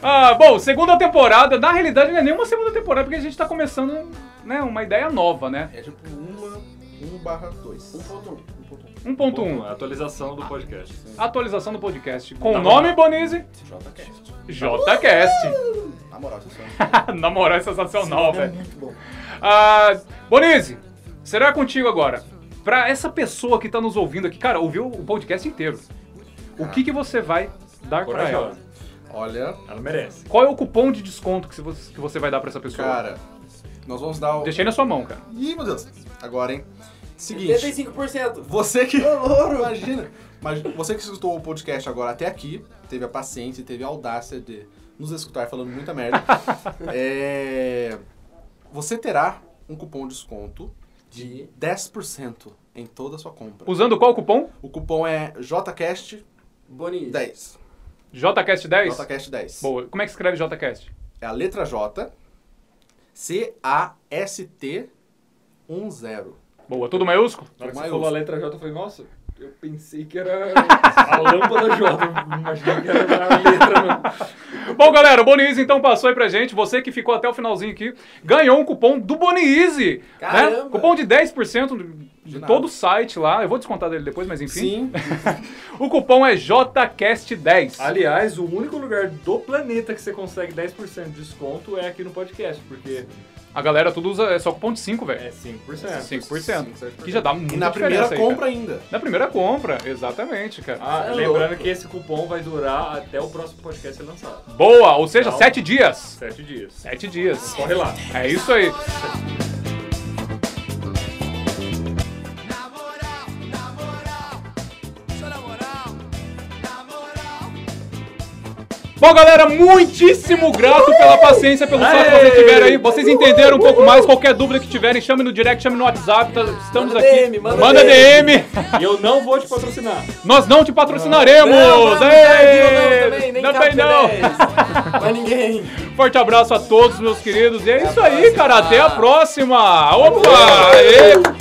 Speaker 3: Ah, bom, segunda temporada, na realidade não é nenhuma segunda temporada, porque a gente tá começando, né, uma ideia nova, né?
Speaker 4: É tipo uma, um barra dois.
Speaker 3: 1.1.
Speaker 5: atualização do podcast.
Speaker 3: Atualização do podcast. Com o nome, Bonizzi?
Speaker 4: JCast.
Speaker 3: JCast.
Speaker 4: Na moral, vocês são
Speaker 3: Na moral, é sensacional, velho.
Speaker 4: muito bom.
Speaker 3: Ah, Bonizzi, será contigo agora? Pra essa pessoa que tá nos ouvindo aqui, cara, ouviu o podcast inteiro. O que, que você vai dar pra ela?
Speaker 5: Corajosa.
Speaker 4: Olha,
Speaker 5: Ela merece.
Speaker 3: Qual é o cupom de desconto que você, que você vai dar pra essa pessoa?
Speaker 4: cara, nós vamos dar o...
Speaker 3: Deixei na sua mão, cara.
Speaker 4: Ih, meu Deus. Agora, hein? Seguinte,
Speaker 6: 75%.
Speaker 4: você que... Imagina. Mas você que escutou o podcast agora até aqui, teve a paciência, e teve a audácia de nos escutar falando muita merda. é... Você terá um cupom de desconto de 10% em toda a sua compra.
Speaker 3: Usando qual cupom?
Speaker 4: O cupom é JCast10.
Speaker 6: Bonito.
Speaker 3: JCast10?
Speaker 4: JCast10.
Speaker 3: Boa. Como é que escreve JCast?
Speaker 4: É a letra J, C-A-S-T, 10.
Speaker 3: Boa. Tudo maiúsculo?
Speaker 5: Na hora que você
Speaker 4: Maiúsculo.
Speaker 5: falou a letra J, eu falei, nossa, eu pensei que era a lâmpada J. Eu imaginei que era a letra, mano.
Speaker 3: Bom, galera, o Boni Easy então passou aí pra gente. Você que ficou até o finalzinho aqui, ganhou um cupom do Boni Easy. Né?
Speaker 6: Caramba!
Speaker 3: Cupom de 10% de,
Speaker 4: nada.
Speaker 3: todo o site lá. Eu vou descontar dele depois, mas enfim.
Speaker 4: Sim,
Speaker 3: O cupom é JCast10.
Speaker 5: Aliás, o único lugar do planeta que você consegue 10% de desconto é aqui no podcast, porque
Speaker 3: A galera tudo usa, é só cupom de 5, velho.
Speaker 5: é 5%.
Speaker 3: 5%.
Speaker 5: 5%.
Speaker 3: Que já dá muita
Speaker 4: e na primeira
Speaker 3: diferença aí,
Speaker 4: compra
Speaker 3: cara.
Speaker 4: ainda.
Speaker 3: Na primeira compra, exatamente, cara.
Speaker 5: Ah,
Speaker 6: Você é
Speaker 5: lembrando
Speaker 6: louco.
Speaker 5: que esse cupom vai durar até o próximo podcast ser lançado.
Speaker 3: Boa, ou seja,
Speaker 5: Não.
Speaker 3: 7 dias.
Speaker 5: Sete dias.
Speaker 3: 7 dias.
Speaker 5: Corre lá.
Speaker 3: É isso aí.
Speaker 7: Na moral, na moral, só na moral, na moral.
Speaker 3: Bom, galera, muitíssimo grato pela paciência, pelo salto que vocês tiveram aí. Vocês entenderam um pouco mais. Qualquer dúvida que tiverem, chame no direct, chame no WhatsApp. tá- Estamos
Speaker 6: Manda
Speaker 3: aqui.
Speaker 6: DM, manda
Speaker 3: DM.
Speaker 5: E eu não vou te patrocinar.
Speaker 3: Nós não te patrocinaremos.
Speaker 6: Não, não,
Speaker 3: Ei!
Speaker 6: também, nem
Speaker 3: Também não.
Speaker 6: não. Mas ninguém.
Speaker 3: Forte abraço a todos, meus queridos. E é isso aí,
Speaker 6: próxima.
Speaker 3: cara. Até a próxima. Opa! Aê!